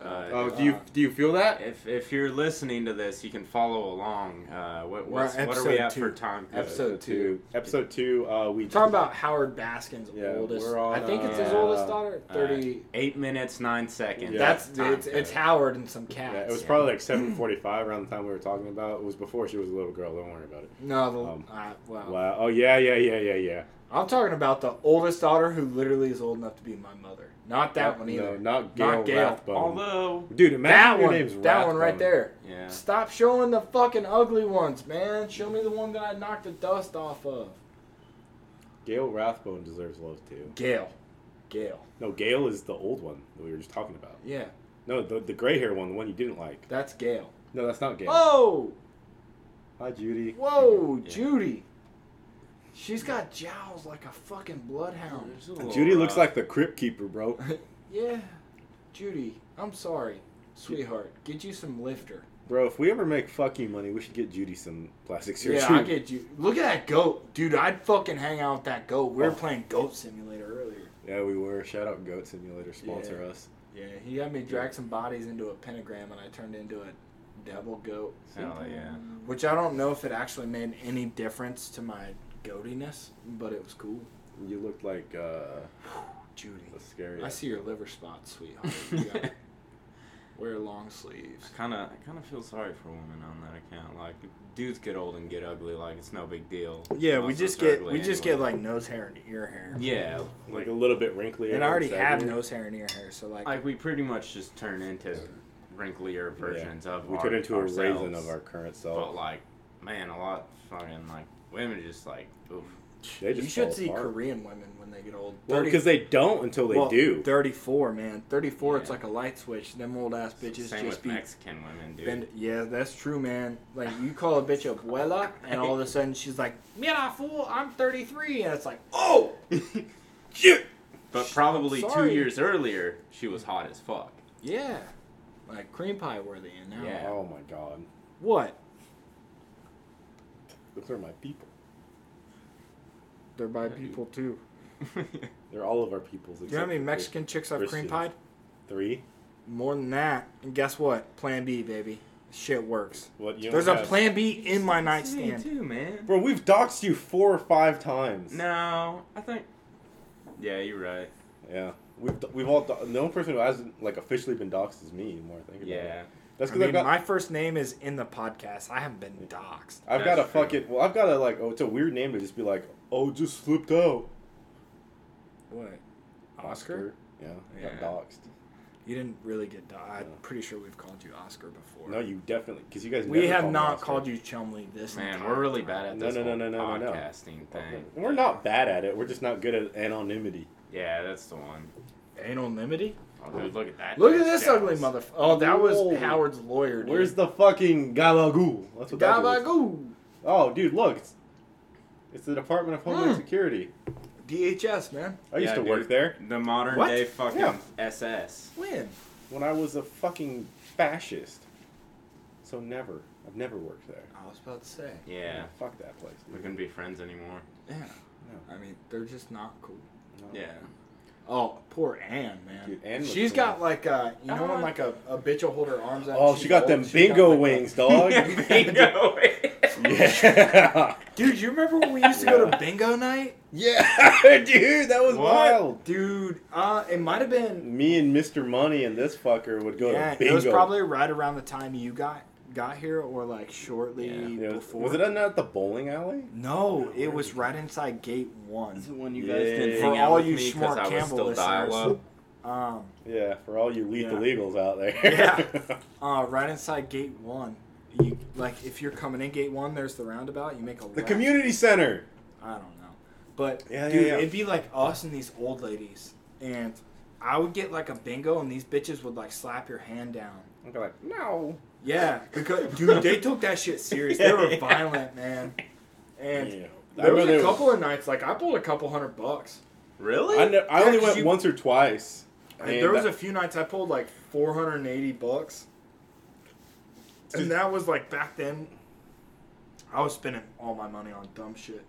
Speaker 3: Uh,
Speaker 2: Oh, do you do you feel that?
Speaker 3: If, if you're listening to this, you can follow along. Uh, what what's,
Speaker 1: We're at
Speaker 3: what are we
Speaker 1: episode
Speaker 3: at
Speaker 1: two.
Speaker 3: for time? code?
Speaker 1: Episode- two.
Speaker 2: Episode two. Uh, we
Speaker 1: We're talking about Howard Baskin's
Speaker 2: Yeah,
Speaker 1: oldest.
Speaker 2: we're on,
Speaker 1: I think it's his
Speaker 2: uh,
Speaker 1: oldest daughter.
Speaker 3: Uh,
Speaker 1: Thirty.
Speaker 3: eight minutes nine seconds.
Speaker 2: Yeah.
Speaker 1: that's
Speaker 3: Time
Speaker 1: it's, it's
Speaker 3: code.
Speaker 1: Howard and some cats.
Speaker 2: Yeah, it was probably like seven forty-five around the time we were talking about. It was before she was a little girl. Don't worry about it.
Speaker 1: no. The,
Speaker 2: um,
Speaker 1: uh, well,
Speaker 2: Wow. Oh yeah, yeah, yeah, yeah, yeah.
Speaker 1: I'm talking about the oldest daughter who literally is old enough to be my mother. Not that one either.
Speaker 2: No, not Gail.
Speaker 1: Not Gail.
Speaker 2: Rathbone.
Speaker 3: Although,
Speaker 2: Dude, imagine
Speaker 1: that
Speaker 2: your
Speaker 1: one,
Speaker 2: name's
Speaker 1: that one right
Speaker 2: Rathbone.
Speaker 1: there.
Speaker 3: yeah,
Speaker 1: Stop showing the fucking ugly ones, man. Show me the one that I knocked the dust off of.
Speaker 2: Gail Rathbone deserves love too.
Speaker 1: Gail. Gail.
Speaker 2: No, Gail is the old one that we were just talking about.
Speaker 1: Yeah,
Speaker 2: No, the, the gray hair one, the one you didn't like.
Speaker 1: that's Gail.
Speaker 2: No, that's not Gail.
Speaker 1: Whoa!
Speaker 2: Hi, Judy.
Speaker 1: Whoa,
Speaker 3: Yeah.
Speaker 1: Judy. She's got jowls like a fucking bloodhound.
Speaker 3: It's a little
Speaker 2: Judy looks
Speaker 3: rough.
Speaker 2: like the Crypt Keeper, bro.
Speaker 1: Yeah. Judy, I'm sorry. Sweetheart, get you some lifter.
Speaker 2: bro, if we ever make fucking money, we should get Judy some plastic surgery.
Speaker 1: yeah, I get you. Look at that goat. Dude, I'd fucking hang out with that goat. We were
Speaker 2: Oh.
Speaker 1: playing Goat Simulator earlier.
Speaker 2: Yeah, we were. Shout out Goat Simulator, sponsor
Speaker 1: Yeah.
Speaker 2: us.
Speaker 1: Yeah, he had me drag some bodies into a pentagram and I turned into a devil goat.
Speaker 3: Hell yeah.
Speaker 1: Which I don't know if it actually made any difference to my goatiness, but it was cool.
Speaker 2: You looked like uh,
Speaker 1: Judy.
Speaker 2: a scary.
Speaker 1: I see your liver spots, sweetheart. You gotta wear long sleeves.
Speaker 3: Kind of, I kind of feel sorry for women on that account. Like, dudes get old and get ugly. Like, it's no big deal.
Speaker 1: Yeah,
Speaker 3: Most
Speaker 1: we
Speaker 3: of
Speaker 1: just
Speaker 3: us are
Speaker 1: get
Speaker 3: ugly
Speaker 1: we just get
Speaker 3: anyway.
Speaker 1: like nose hair and ear hair.
Speaker 3: yeah,
Speaker 2: like a little bit wrinkly.
Speaker 1: And I already have nose hair and ear hair, so like
Speaker 3: like we pretty much just turn into wrinklier versions of
Speaker 2: We
Speaker 3: our,
Speaker 2: turned into a
Speaker 3: ourselves.
Speaker 2: raisin of our current
Speaker 3: But
Speaker 2: self.
Speaker 3: like, man, a lot fucking like women just like oof.
Speaker 2: They just
Speaker 1: you should
Speaker 2: fall
Speaker 1: see
Speaker 2: apart.
Speaker 1: Korean women when they get old.
Speaker 2: Well,
Speaker 1: 30
Speaker 2: because they don't until they
Speaker 1: well,
Speaker 2: do.
Speaker 1: 34, man. 34, it's
Speaker 3: Yeah.
Speaker 1: like a light switch. Them old ass bitches
Speaker 3: Same
Speaker 1: just
Speaker 3: with
Speaker 1: be
Speaker 3: Mexican women, dude.
Speaker 1: Bend- yeah, that's true, man. Like you call a bitch abuela, and all of a sudden she's like, "Mira, fool, I'm 33," and it's like, "Oh,
Speaker 2: Shit!
Speaker 3: but probably two
Speaker 1: Sorry.
Speaker 3: years earlier, she was hot as fuck.
Speaker 1: yeah." Like cream pie worthy, and now
Speaker 3: Yeah.
Speaker 2: Oh my god.
Speaker 1: what?
Speaker 2: Those are my people.
Speaker 1: They're by
Speaker 3: Yeah, dude.
Speaker 1: people too.
Speaker 2: They're all of our peoples.
Speaker 1: Do you know how
Speaker 2: except
Speaker 1: many
Speaker 2: for
Speaker 1: Mexican chicks I've cream
Speaker 2: Christians.
Speaker 1: pied?
Speaker 2: Three.
Speaker 1: More than that. And guess what? Plan B, baby. Shit works.
Speaker 2: What you?
Speaker 1: There's
Speaker 2: don't
Speaker 1: a
Speaker 2: have-
Speaker 1: plan B in my
Speaker 3: Me
Speaker 1: nightstand.
Speaker 3: too, man.
Speaker 2: Bro, we've doxed you four or five times.
Speaker 3: No, I think. Yeah, you're right.
Speaker 2: Yeah. We've, do- we've all do- the only person who hasn't like officially been doxed is me anymore. Think about
Speaker 3: Yeah.
Speaker 2: it. That's
Speaker 1: I
Speaker 2: because
Speaker 1: mean,
Speaker 2: I've got
Speaker 1: my first name is in the podcast. I haven't been doxxed.
Speaker 2: I've got a
Speaker 3: That's true.
Speaker 2: fucking well I've got a like oh it's a weird name to just be like oh it just slipped out.
Speaker 1: What? Oscar?
Speaker 2: Yeah. I
Speaker 3: Yeah.
Speaker 2: Got doxed.
Speaker 1: You didn't really get doxxed. I'm
Speaker 2: Yeah.
Speaker 1: pretty sure we've called you Oscar before.
Speaker 2: No, you definitely because you guys.
Speaker 1: we
Speaker 2: never
Speaker 1: have
Speaker 2: call me
Speaker 1: not
Speaker 2: Oscar.
Speaker 1: called you Chumley this
Speaker 3: Man,
Speaker 1: entire
Speaker 3: we're really
Speaker 1: time.
Speaker 3: bad at
Speaker 2: No,
Speaker 3: this
Speaker 2: no, no,
Speaker 3: whole
Speaker 2: no, no, no, no.
Speaker 3: podcasting thing.
Speaker 2: We're not bad at it. We're just not good at anonymity.
Speaker 3: Yeah, that's the one.
Speaker 1: anonymity.
Speaker 3: Oh, dude, look at that.
Speaker 1: Look at this
Speaker 3: Jealous.
Speaker 1: ugly motherfucker. Oh, that was
Speaker 2: Whoa.
Speaker 1: Howard's lawyer. Dude.
Speaker 2: Where's the fucking gabagool? That's what that is.
Speaker 1: Gabagool?
Speaker 2: Oh, dude, look, it's, it's the Department of Homeland
Speaker 1: Hmm.
Speaker 2: Security.
Speaker 1: DHS, man.
Speaker 2: I used
Speaker 3: Yeah,
Speaker 2: to
Speaker 3: dude.
Speaker 2: work there
Speaker 3: The modern
Speaker 1: What?
Speaker 3: day fucking
Speaker 2: Yeah.
Speaker 3: SS.
Speaker 1: When?
Speaker 2: when I was a fucking fascist. So never, I've never worked there.
Speaker 1: I was about to say.
Speaker 3: Yeah.
Speaker 2: Fuck that place. dude.
Speaker 3: We couldn't be friends anymore.
Speaker 1: Yeah.
Speaker 2: No.
Speaker 1: I mean, they're just not cool.
Speaker 2: No.
Speaker 3: Yeah.
Speaker 1: Oh, poor Anne, man.
Speaker 2: Dude, Anne looks
Speaker 1: She's
Speaker 2: cool.
Speaker 1: got like a, you know,
Speaker 3: Oh.
Speaker 1: when like a, a bitch will hold her arms out.
Speaker 2: Oh,
Speaker 1: and
Speaker 2: she
Speaker 1: she's
Speaker 2: got
Speaker 1: old,
Speaker 2: them
Speaker 1: she's
Speaker 2: bingo
Speaker 1: like, a-
Speaker 2: wings,
Speaker 3: Oh,
Speaker 2: dog.
Speaker 3: Bingo.
Speaker 2: yeah.
Speaker 1: Dude, you remember when we used to go to
Speaker 2: Yeah.
Speaker 1: bingo night?
Speaker 2: Yeah, dude, that was
Speaker 3: What?
Speaker 2: wild.
Speaker 1: Dude, uh, it might have been.
Speaker 2: Me and Mr. Money and this fucker would go
Speaker 1: Yeah,
Speaker 2: to bingo.
Speaker 1: it was probably right around the time you got got here, or like shortly
Speaker 3: Yeah,
Speaker 2: Yeah, was,
Speaker 1: before.
Speaker 2: was it not at the bowling alley?
Speaker 1: No,
Speaker 2: No,
Speaker 1: it
Speaker 2: where
Speaker 1: was
Speaker 2: did
Speaker 1: right inside gate one.
Speaker 3: This is when
Speaker 2: you guys didn't
Speaker 1: For all you smart Campbell listeners.
Speaker 3: dial-up.
Speaker 1: Um,
Speaker 2: Yeah, for all you lethal
Speaker 1: Yeah.
Speaker 2: eagles out there.
Speaker 1: Yeah. uh, right inside gate one. You like if you're coming in gate one, there's the roundabout. You make a
Speaker 2: the
Speaker 1: left.
Speaker 2: community center.
Speaker 1: I don't know, but
Speaker 2: Yeah, yeah,
Speaker 1: dude,
Speaker 2: yeah.
Speaker 1: it'd be like us and these old ladies, and I would get like a bingo, and these bitches would like slap your hand down.
Speaker 2: I'm going like, no.
Speaker 1: Yeah, because dude, they took that shit serious. They were
Speaker 2: Yeah.
Speaker 1: violent, man. And
Speaker 2: Yeah. I
Speaker 1: there was
Speaker 2: really
Speaker 1: a couple of nights like I pulled a couple hundred bucks.
Speaker 3: Really?
Speaker 2: I, ne- I only
Speaker 1: 'cause
Speaker 2: went
Speaker 1: you-
Speaker 2: once or twice.
Speaker 1: And there was a few nights I pulled like 480 bucks. And that was like back then, I was spending all my money on dumb shit.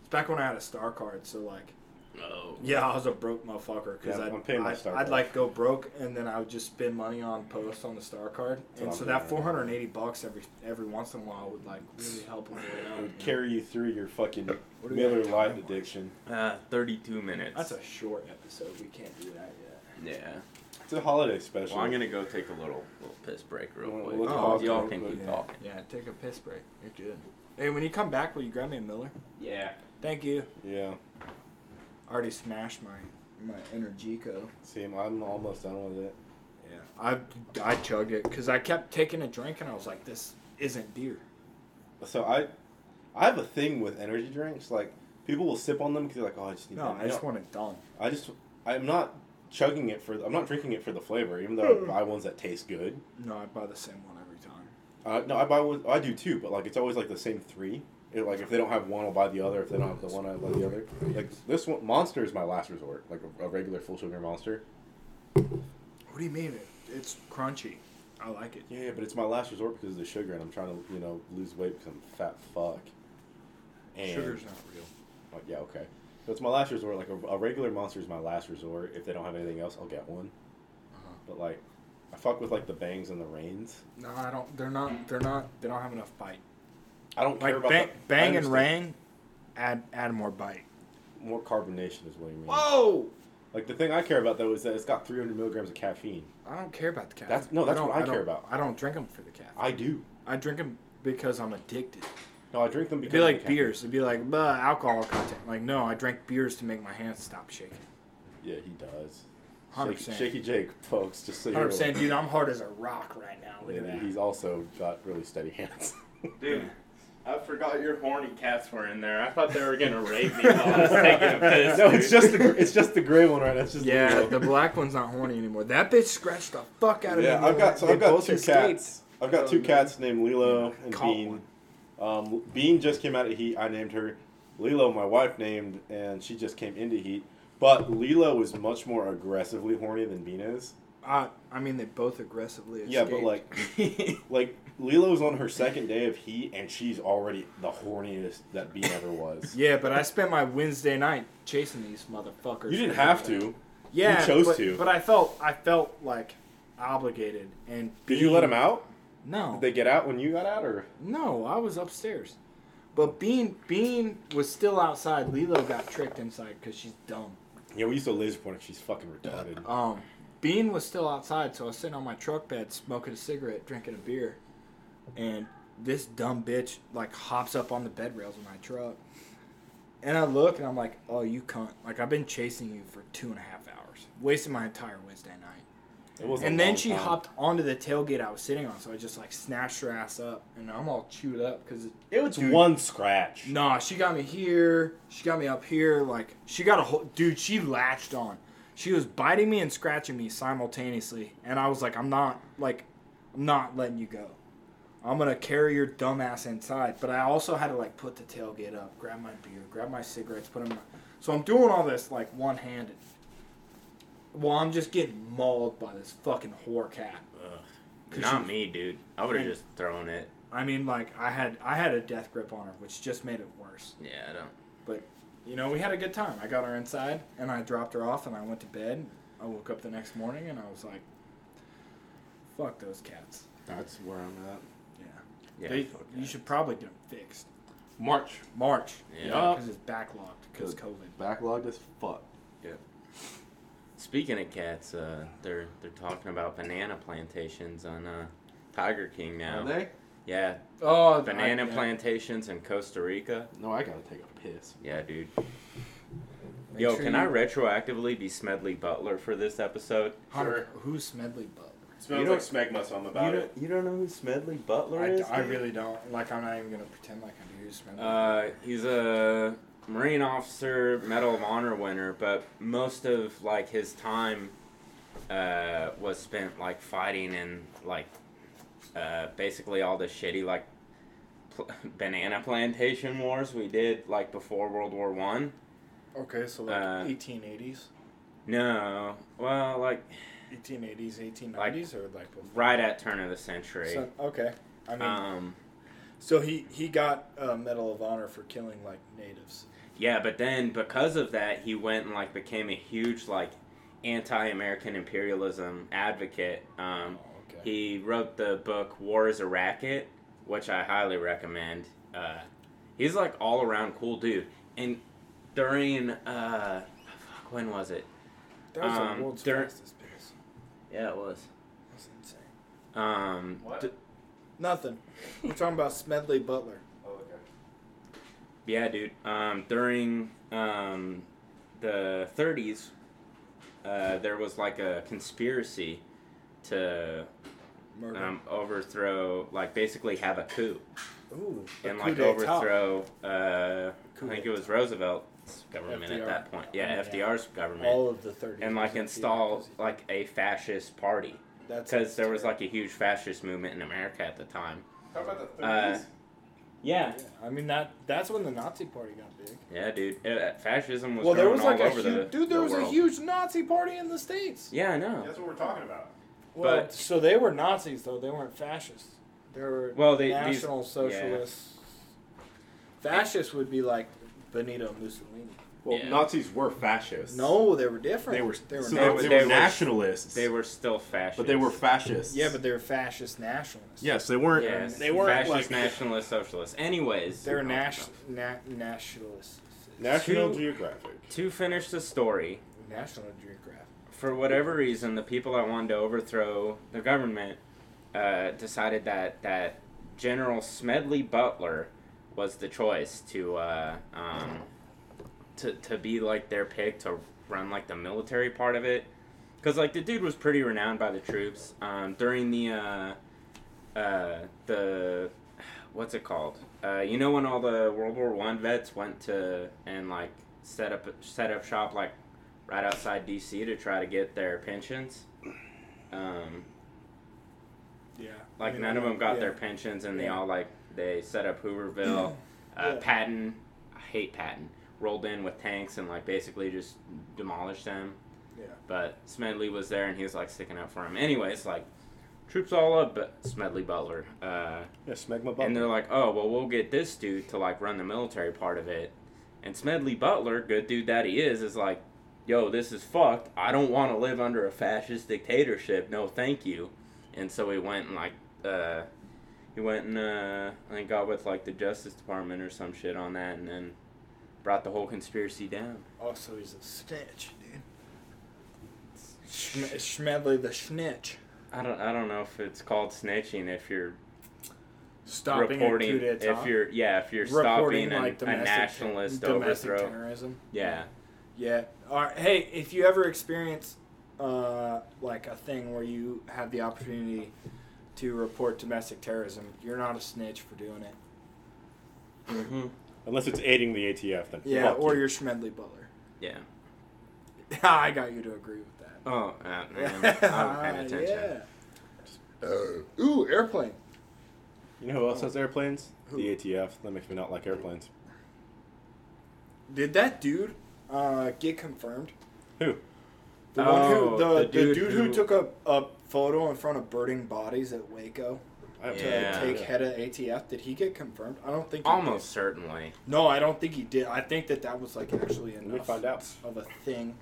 Speaker 1: It's back when I had a star card, so like,
Speaker 3: oh.
Speaker 1: yeah, I was a broke motherfucker because
Speaker 2: Yeah, I'm
Speaker 1: I'd,
Speaker 2: paying my
Speaker 1: I'd,
Speaker 2: Star
Speaker 1: I'd
Speaker 2: Card.
Speaker 1: like go broke and then I would just spend money on posts on the star card.
Speaker 2: what
Speaker 1: and
Speaker 2: I'm
Speaker 1: so
Speaker 2: doing
Speaker 1: that
Speaker 2: right
Speaker 1: 480 bucks every every once in a while would like really help me out.
Speaker 2: It would
Speaker 1: you know?
Speaker 2: carry you through your fucking
Speaker 1: What are we
Speaker 2: Miller
Speaker 1: at
Speaker 2: Lite
Speaker 1: time-wise?
Speaker 2: addiction.
Speaker 3: Uh, 32 minutes.
Speaker 1: That's a short episode. We can't do that yet.
Speaker 3: yeah.
Speaker 2: It's a holiday special.
Speaker 3: Well, I'm gonna go take a little little piss break real
Speaker 2: Well,
Speaker 3: quick.
Speaker 2: let's
Speaker 1: pause
Speaker 3: Y'all
Speaker 2: real
Speaker 3: can
Speaker 2: quick.
Speaker 3: keep talking.
Speaker 1: Yeah, take a piss break. You're good. Hey, when you come back, will you grab me a Miller?
Speaker 3: Yeah.
Speaker 1: Thank you.
Speaker 2: Yeah.
Speaker 1: I already smashed my my Energico.
Speaker 2: See, I'm- I'm almost done with it.
Speaker 1: Yeah. I I chugged it because I kept taking a drink and I was like, this isn't beer.
Speaker 2: So I, I have a thing with energy drinks. Like people will sip on them because they're like, oh, I just need.
Speaker 1: No,
Speaker 2: that.
Speaker 1: I just
Speaker 2: don't-
Speaker 1: want it done.
Speaker 2: I just, I'm not chugging it for. I'm not drinking it for the flavor, even though I buy ones that taste good.
Speaker 1: No, I buy the same one every time.
Speaker 2: Uh, no, I buy one. I do too, but like it's always like the same three. It, like if they don't have one, I'll buy the other. If they don't have the one, I'll buy the other. Like this one, Monster is my last resort. Like a, a regular full sugar Monster.
Speaker 1: What do you mean? It, it's crunchy. I like it.
Speaker 2: Yeah, yeah, but it's my last resort because of the sugar, and I'm trying to you know lose weight because I'm a fat fuck. And
Speaker 1: Sugar's not real.
Speaker 2: Like, yeah, okay. So it's my last resort. Like a, a regular monster is my last resort. If they don't have anything else, I'll get one.
Speaker 1: Uh-huh.
Speaker 2: But like, I fuck with like the bangs and the rains.
Speaker 1: No, I don't. They're not. They're not. They don't have enough bite.
Speaker 2: I don't care
Speaker 1: Like
Speaker 2: about
Speaker 1: bang,
Speaker 2: the,
Speaker 1: bang
Speaker 2: I
Speaker 1: and
Speaker 2: understand.
Speaker 1: rain, add add more bite.
Speaker 2: More carbonation is what I mean.
Speaker 1: Whoa!
Speaker 2: Like the thing I care about though is that it's got 300 milligrams of caffeine.
Speaker 1: I don't care about the caffeine.
Speaker 2: That's- no, that's
Speaker 1: don't-
Speaker 2: what I care
Speaker 1: don't-
Speaker 2: about.
Speaker 1: I don't drink them for the caffeine.
Speaker 2: I do.
Speaker 1: I drink them because I'm addicted.
Speaker 2: No, I drink them
Speaker 1: It'd
Speaker 2: because
Speaker 1: be
Speaker 2: of
Speaker 1: like
Speaker 2: the caffeine.
Speaker 1: beers. It'd be like bah, alcohol content. Like no, I drank beers to make my hands stop shaking.
Speaker 2: Yeah, he does.
Speaker 1: 100%.
Speaker 2: Shaky, Shaky Jake, folks, just so you
Speaker 1: Hundred percent, dude. I'm hard as a rock right now. Look at that.
Speaker 2: He's also got really steady hands.
Speaker 3: Dude, I forgot your horny cats were in there. I thought they were gonna rape me while I was taking a piss.
Speaker 2: no, it's
Speaker 3: dude.
Speaker 2: just the gr- it's just the gray one right now. It's just
Speaker 1: Yeah,
Speaker 2: Leo.
Speaker 1: the black one's not horny anymore. That bitch scratched the fuck out of me.
Speaker 2: Yeah, I've
Speaker 1: They
Speaker 2: got so
Speaker 1: both
Speaker 2: I've got two
Speaker 1: escaped.
Speaker 2: cats. I've got
Speaker 1: Oh,
Speaker 2: two
Speaker 1: man.
Speaker 2: cats named Lilo and
Speaker 1: Caught
Speaker 2: Bean.
Speaker 1: one.
Speaker 2: Um, Bean just came out of Heat. I named her. Lilo, my wife, named, and she just came into Heat. But Lilo is much more aggressively horny than Bean is.
Speaker 1: I, I mean, they both aggressively escaped.
Speaker 2: Yeah, but like, like Lilo's on her second day of heat, and she's already the horniest that B ever was.
Speaker 1: Yeah, but I spent my Wednesday night chasing these motherfuckers.
Speaker 2: You didn't have to.
Speaker 1: Yeah,
Speaker 2: You chose
Speaker 1: but,
Speaker 2: to.
Speaker 1: But I felt I felt like obligated and.
Speaker 2: Did you
Speaker 1: being-
Speaker 2: let him out?
Speaker 1: No.
Speaker 2: Did they get out when you got out, or
Speaker 1: No, I was upstairs. But Bean Bean was still outside. Lilo got tricked inside because she's dumb.
Speaker 2: yeah, we used to laser point. her, She's fucking retarded.
Speaker 1: Um, Bean was still outside, so I was sitting on my truck bed smoking a cigarette, drinking a beer, and this dumb bitch like hops up on the bed rails of my truck, and I look and I'm like, "Oh, you cunt!" Like I've been chasing you for two and a half hours, wasting my entire Wednesday night.
Speaker 2: It was. a
Speaker 1: and then
Speaker 2: long
Speaker 1: she
Speaker 2: time.
Speaker 1: hopped onto the tailgate I was sitting on, so I just like snatched her ass up, and I'm all chewed up because
Speaker 2: It was one scratch.
Speaker 1: Nah, she got me here. She got me up here. Like she got a whole dude. She latched on. She was biting me and scratching me simultaneously, and I was like, I'm not like, I'm not letting you go. I'm gonna carry your dumb ass inside. But I also had to like put the tailgate up, grab my beer, grab my cigarettes, put them. So I'm doing all this like one handed. Well, I'm just getting mauled by this fucking whore cat.
Speaker 3: Not me, dude. I would have
Speaker 1: And-
Speaker 3: just thrown it.
Speaker 1: I mean, like I had I had a death grip on her, which just made it worse.
Speaker 3: Yeah, I don't.
Speaker 1: But you know, we had a good time. I got her inside and I dropped her off and I went to bed. I woke up the next morning and I was like, "Fuck those cats."
Speaker 2: That's where I'm at.
Speaker 1: Yeah.
Speaker 3: Yeah.
Speaker 1: They-
Speaker 3: fuck
Speaker 1: you
Speaker 3: that.
Speaker 1: should probably get them fixed.
Speaker 2: March
Speaker 1: March.
Speaker 3: Yeah.
Speaker 1: Because it's backlogged because
Speaker 2: Good.
Speaker 1: COVID.
Speaker 2: backlogged as fuck.
Speaker 3: Speaking of cats, uh, they're they're talking about banana plantations on uh, Tiger King now.
Speaker 2: Are they?
Speaker 3: Yeah,
Speaker 1: Oh,
Speaker 3: banana
Speaker 1: I-
Speaker 3: plantations in Costa Rica.
Speaker 2: No, I gotta take a piss.
Speaker 3: Yeah, dude.
Speaker 1: Make
Speaker 3: Yo,
Speaker 1: sure
Speaker 3: can
Speaker 1: you-
Speaker 3: I retroactively be Smedley Butler for this episode?
Speaker 1: Hunter, Who's Smedley Butler?
Speaker 2: Smells
Speaker 3: You don't-
Speaker 2: like smegma, so I'm about it.
Speaker 3: you don't know who Smedley Butler
Speaker 1: I, d- I really don't. Like, I'm not even gonna pretend like I do who Smedley.
Speaker 3: Uh, he's a Marine officer, Medal of Honor winner, but most of like his time uh, was spent like fighting and like uh, basically all the shitty like pl- banana plantation wars we did like before World War One.
Speaker 1: okay, so like
Speaker 3: uh,
Speaker 1: 1880s,
Speaker 3: No, well, like
Speaker 1: 1880s, 1890s, or like before?
Speaker 3: right at turn of the century.
Speaker 1: So- okay. I mean,
Speaker 3: Um,
Speaker 1: So he he got a Medal of Honor for killing like natives.
Speaker 3: Yeah, but then because of that, he went and like became a huge like anti-American imperialism advocate. Um,
Speaker 1: Oh, okay.
Speaker 3: he wrote the book War Is a Racket, which I highly recommend. Uh, he's like all around cool dude. And during uh, fuck, when was it?
Speaker 1: That was
Speaker 3: um,
Speaker 1: the world's
Speaker 3: there-
Speaker 1: fastest pace.
Speaker 3: Yeah, it was.
Speaker 1: That's insane.
Speaker 3: Um,
Speaker 2: What?
Speaker 3: d-
Speaker 1: Nothing. We're talking about Smedley Butler.
Speaker 2: Oh, okay.
Speaker 3: yeah, dude. Um, during um, the 30s, uh, there was like a conspiracy to
Speaker 1: Murder.
Speaker 3: um, overthrow, like basically have a coup
Speaker 1: Ooh. a
Speaker 3: and
Speaker 1: coup
Speaker 3: like
Speaker 1: d'etat.
Speaker 3: overthrow. Uh, I
Speaker 1: Coup
Speaker 3: think it
Speaker 1: d'etat.
Speaker 3: was Roosevelt's government
Speaker 1: FDR.
Speaker 3: at that point.
Speaker 1: Yeah.
Speaker 3: Yeah, FDR's government,
Speaker 1: all of the thirty.
Speaker 3: and like install like a fascist party
Speaker 1: that's
Speaker 3: because there was like a huge fascist movement in America at the time.
Speaker 2: How about the
Speaker 3: Uh, Yeah,
Speaker 1: Yeah, I mean that that's when the Nazi Party got big.
Speaker 3: yeah, dude. Uh, fascism was
Speaker 1: well, there
Speaker 3: going
Speaker 1: was like
Speaker 3: all
Speaker 1: a
Speaker 3: over
Speaker 1: huge
Speaker 3: the
Speaker 1: dude. There
Speaker 3: the
Speaker 1: was a
Speaker 3: world.
Speaker 1: huge Nazi Party in the states.
Speaker 3: Yeah, I know.
Speaker 2: what we're talking about.
Speaker 1: Well,
Speaker 3: But-
Speaker 1: so they were Nazis though. They weren't fascists. They were
Speaker 3: Well, they- these-
Speaker 1: National Socialists. Fascists would be like Benito Mussolini.
Speaker 2: Well,
Speaker 3: Yeah.
Speaker 2: Nazis were fascists.
Speaker 1: No, they were different.
Speaker 2: They were,
Speaker 1: They were
Speaker 2: so
Speaker 3: they
Speaker 2: they,
Speaker 1: Nazis.
Speaker 3: were-
Speaker 2: were,
Speaker 3: they were-
Speaker 2: nationalists.
Speaker 3: They were still fascists,
Speaker 2: but they were fascists.
Speaker 1: yeah, but they were fascist nationalists.
Speaker 2: yes, they weren't.
Speaker 3: yes,
Speaker 1: they weren't, like-
Speaker 3: fascist, nationalist, socialists. Anyways,
Speaker 1: they were
Speaker 3: Oh,
Speaker 1: nas- na- nationalists.
Speaker 2: National
Speaker 3: Two-
Speaker 2: Geographic.
Speaker 3: to finish the story.
Speaker 1: National Geographic.
Speaker 3: for whatever reason, the people that wanted to overthrow the government uh, decided that that General Smedley Butler was the choice to uh, um, to to be like their pick to run like the military part of it, because like the dude was pretty renowned by the troops um, during the uh, uh, the what's it called? Uh, you know when all the World War One vets went to and like set up set up shop like right outside DC to try to get their pensions. Um,
Speaker 1: Yeah.
Speaker 3: like
Speaker 1: I mean,
Speaker 3: none of them got
Speaker 1: yeah.
Speaker 3: their pensions, and they
Speaker 1: Yeah.
Speaker 3: all like they set up Hooverville. Uh,
Speaker 1: Yeah.
Speaker 3: Patton, I hate Patton, rolled in with tanks and like basically just demolished them.
Speaker 1: Yeah.
Speaker 3: But Smedley was there and he was like sticking up for him. Anyways, like troops all up, but Smedley Butler. Uh,
Speaker 2: Yeah, smeg my
Speaker 3: and
Speaker 2: butt.
Speaker 3: they're like, oh well, we'll get this dude to like run the military part of it. And Smedley Butler, good dude that he is, is like, yo, this is fucked. I don't want to live under a fascist dictatorship. No, thank you. And so he went and like, uh, he went and uh, I think got with like the Justice Department or some shit on that, and then brought the whole conspiracy down.
Speaker 1: Also, he's a snitch, dude. Schm- Schmedley the snitch.
Speaker 3: I don't, I don't know if it's called snitching if you're
Speaker 1: Stopping a coup
Speaker 3: reporting
Speaker 1: d'etat.
Speaker 3: if you're yeah if you're
Speaker 1: reporting
Speaker 3: stopping an,
Speaker 1: like
Speaker 3: a
Speaker 1: domestic,
Speaker 3: nationalist
Speaker 1: domestic
Speaker 3: overthrow
Speaker 1: terrorism.
Speaker 3: yeah
Speaker 1: Yeah. All right. Hey, if you ever experience uh, like a thing where you have the opportunity to report domestic terrorism, you're not a snitch for doing it.
Speaker 2: Unless it's aiding the ATF, then
Speaker 1: Yeah,
Speaker 2: fuck
Speaker 1: or
Speaker 2: you.
Speaker 1: you're Schmedley Butler.
Speaker 3: yeah
Speaker 1: I got you to agree with that.
Speaker 3: oh uh, man, I'm not paying
Speaker 1: Ah,
Speaker 3: attention
Speaker 1: Yeah. Ooh, airplane.
Speaker 2: Oh. You know who else has airplanes?
Speaker 1: Who?
Speaker 2: The ATF. That makes me not like airplanes.
Speaker 1: Did that dude uh, get confirmed?
Speaker 2: Who?
Speaker 1: The one who
Speaker 3: Oh,
Speaker 1: the, the, dude, who,
Speaker 3: who-
Speaker 1: took a, a photo in front of burning bodies at Waco
Speaker 2: I have
Speaker 1: to
Speaker 3: Yeah.
Speaker 1: take head of ATF. Did he get confirmed? I don't think he did.
Speaker 3: almost certainly
Speaker 1: No, I don't think he did. I think that that was like actually
Speaker 2: Let me
Speaker 1: enough
Speaker 2: find out.
Speaker 1: of a thing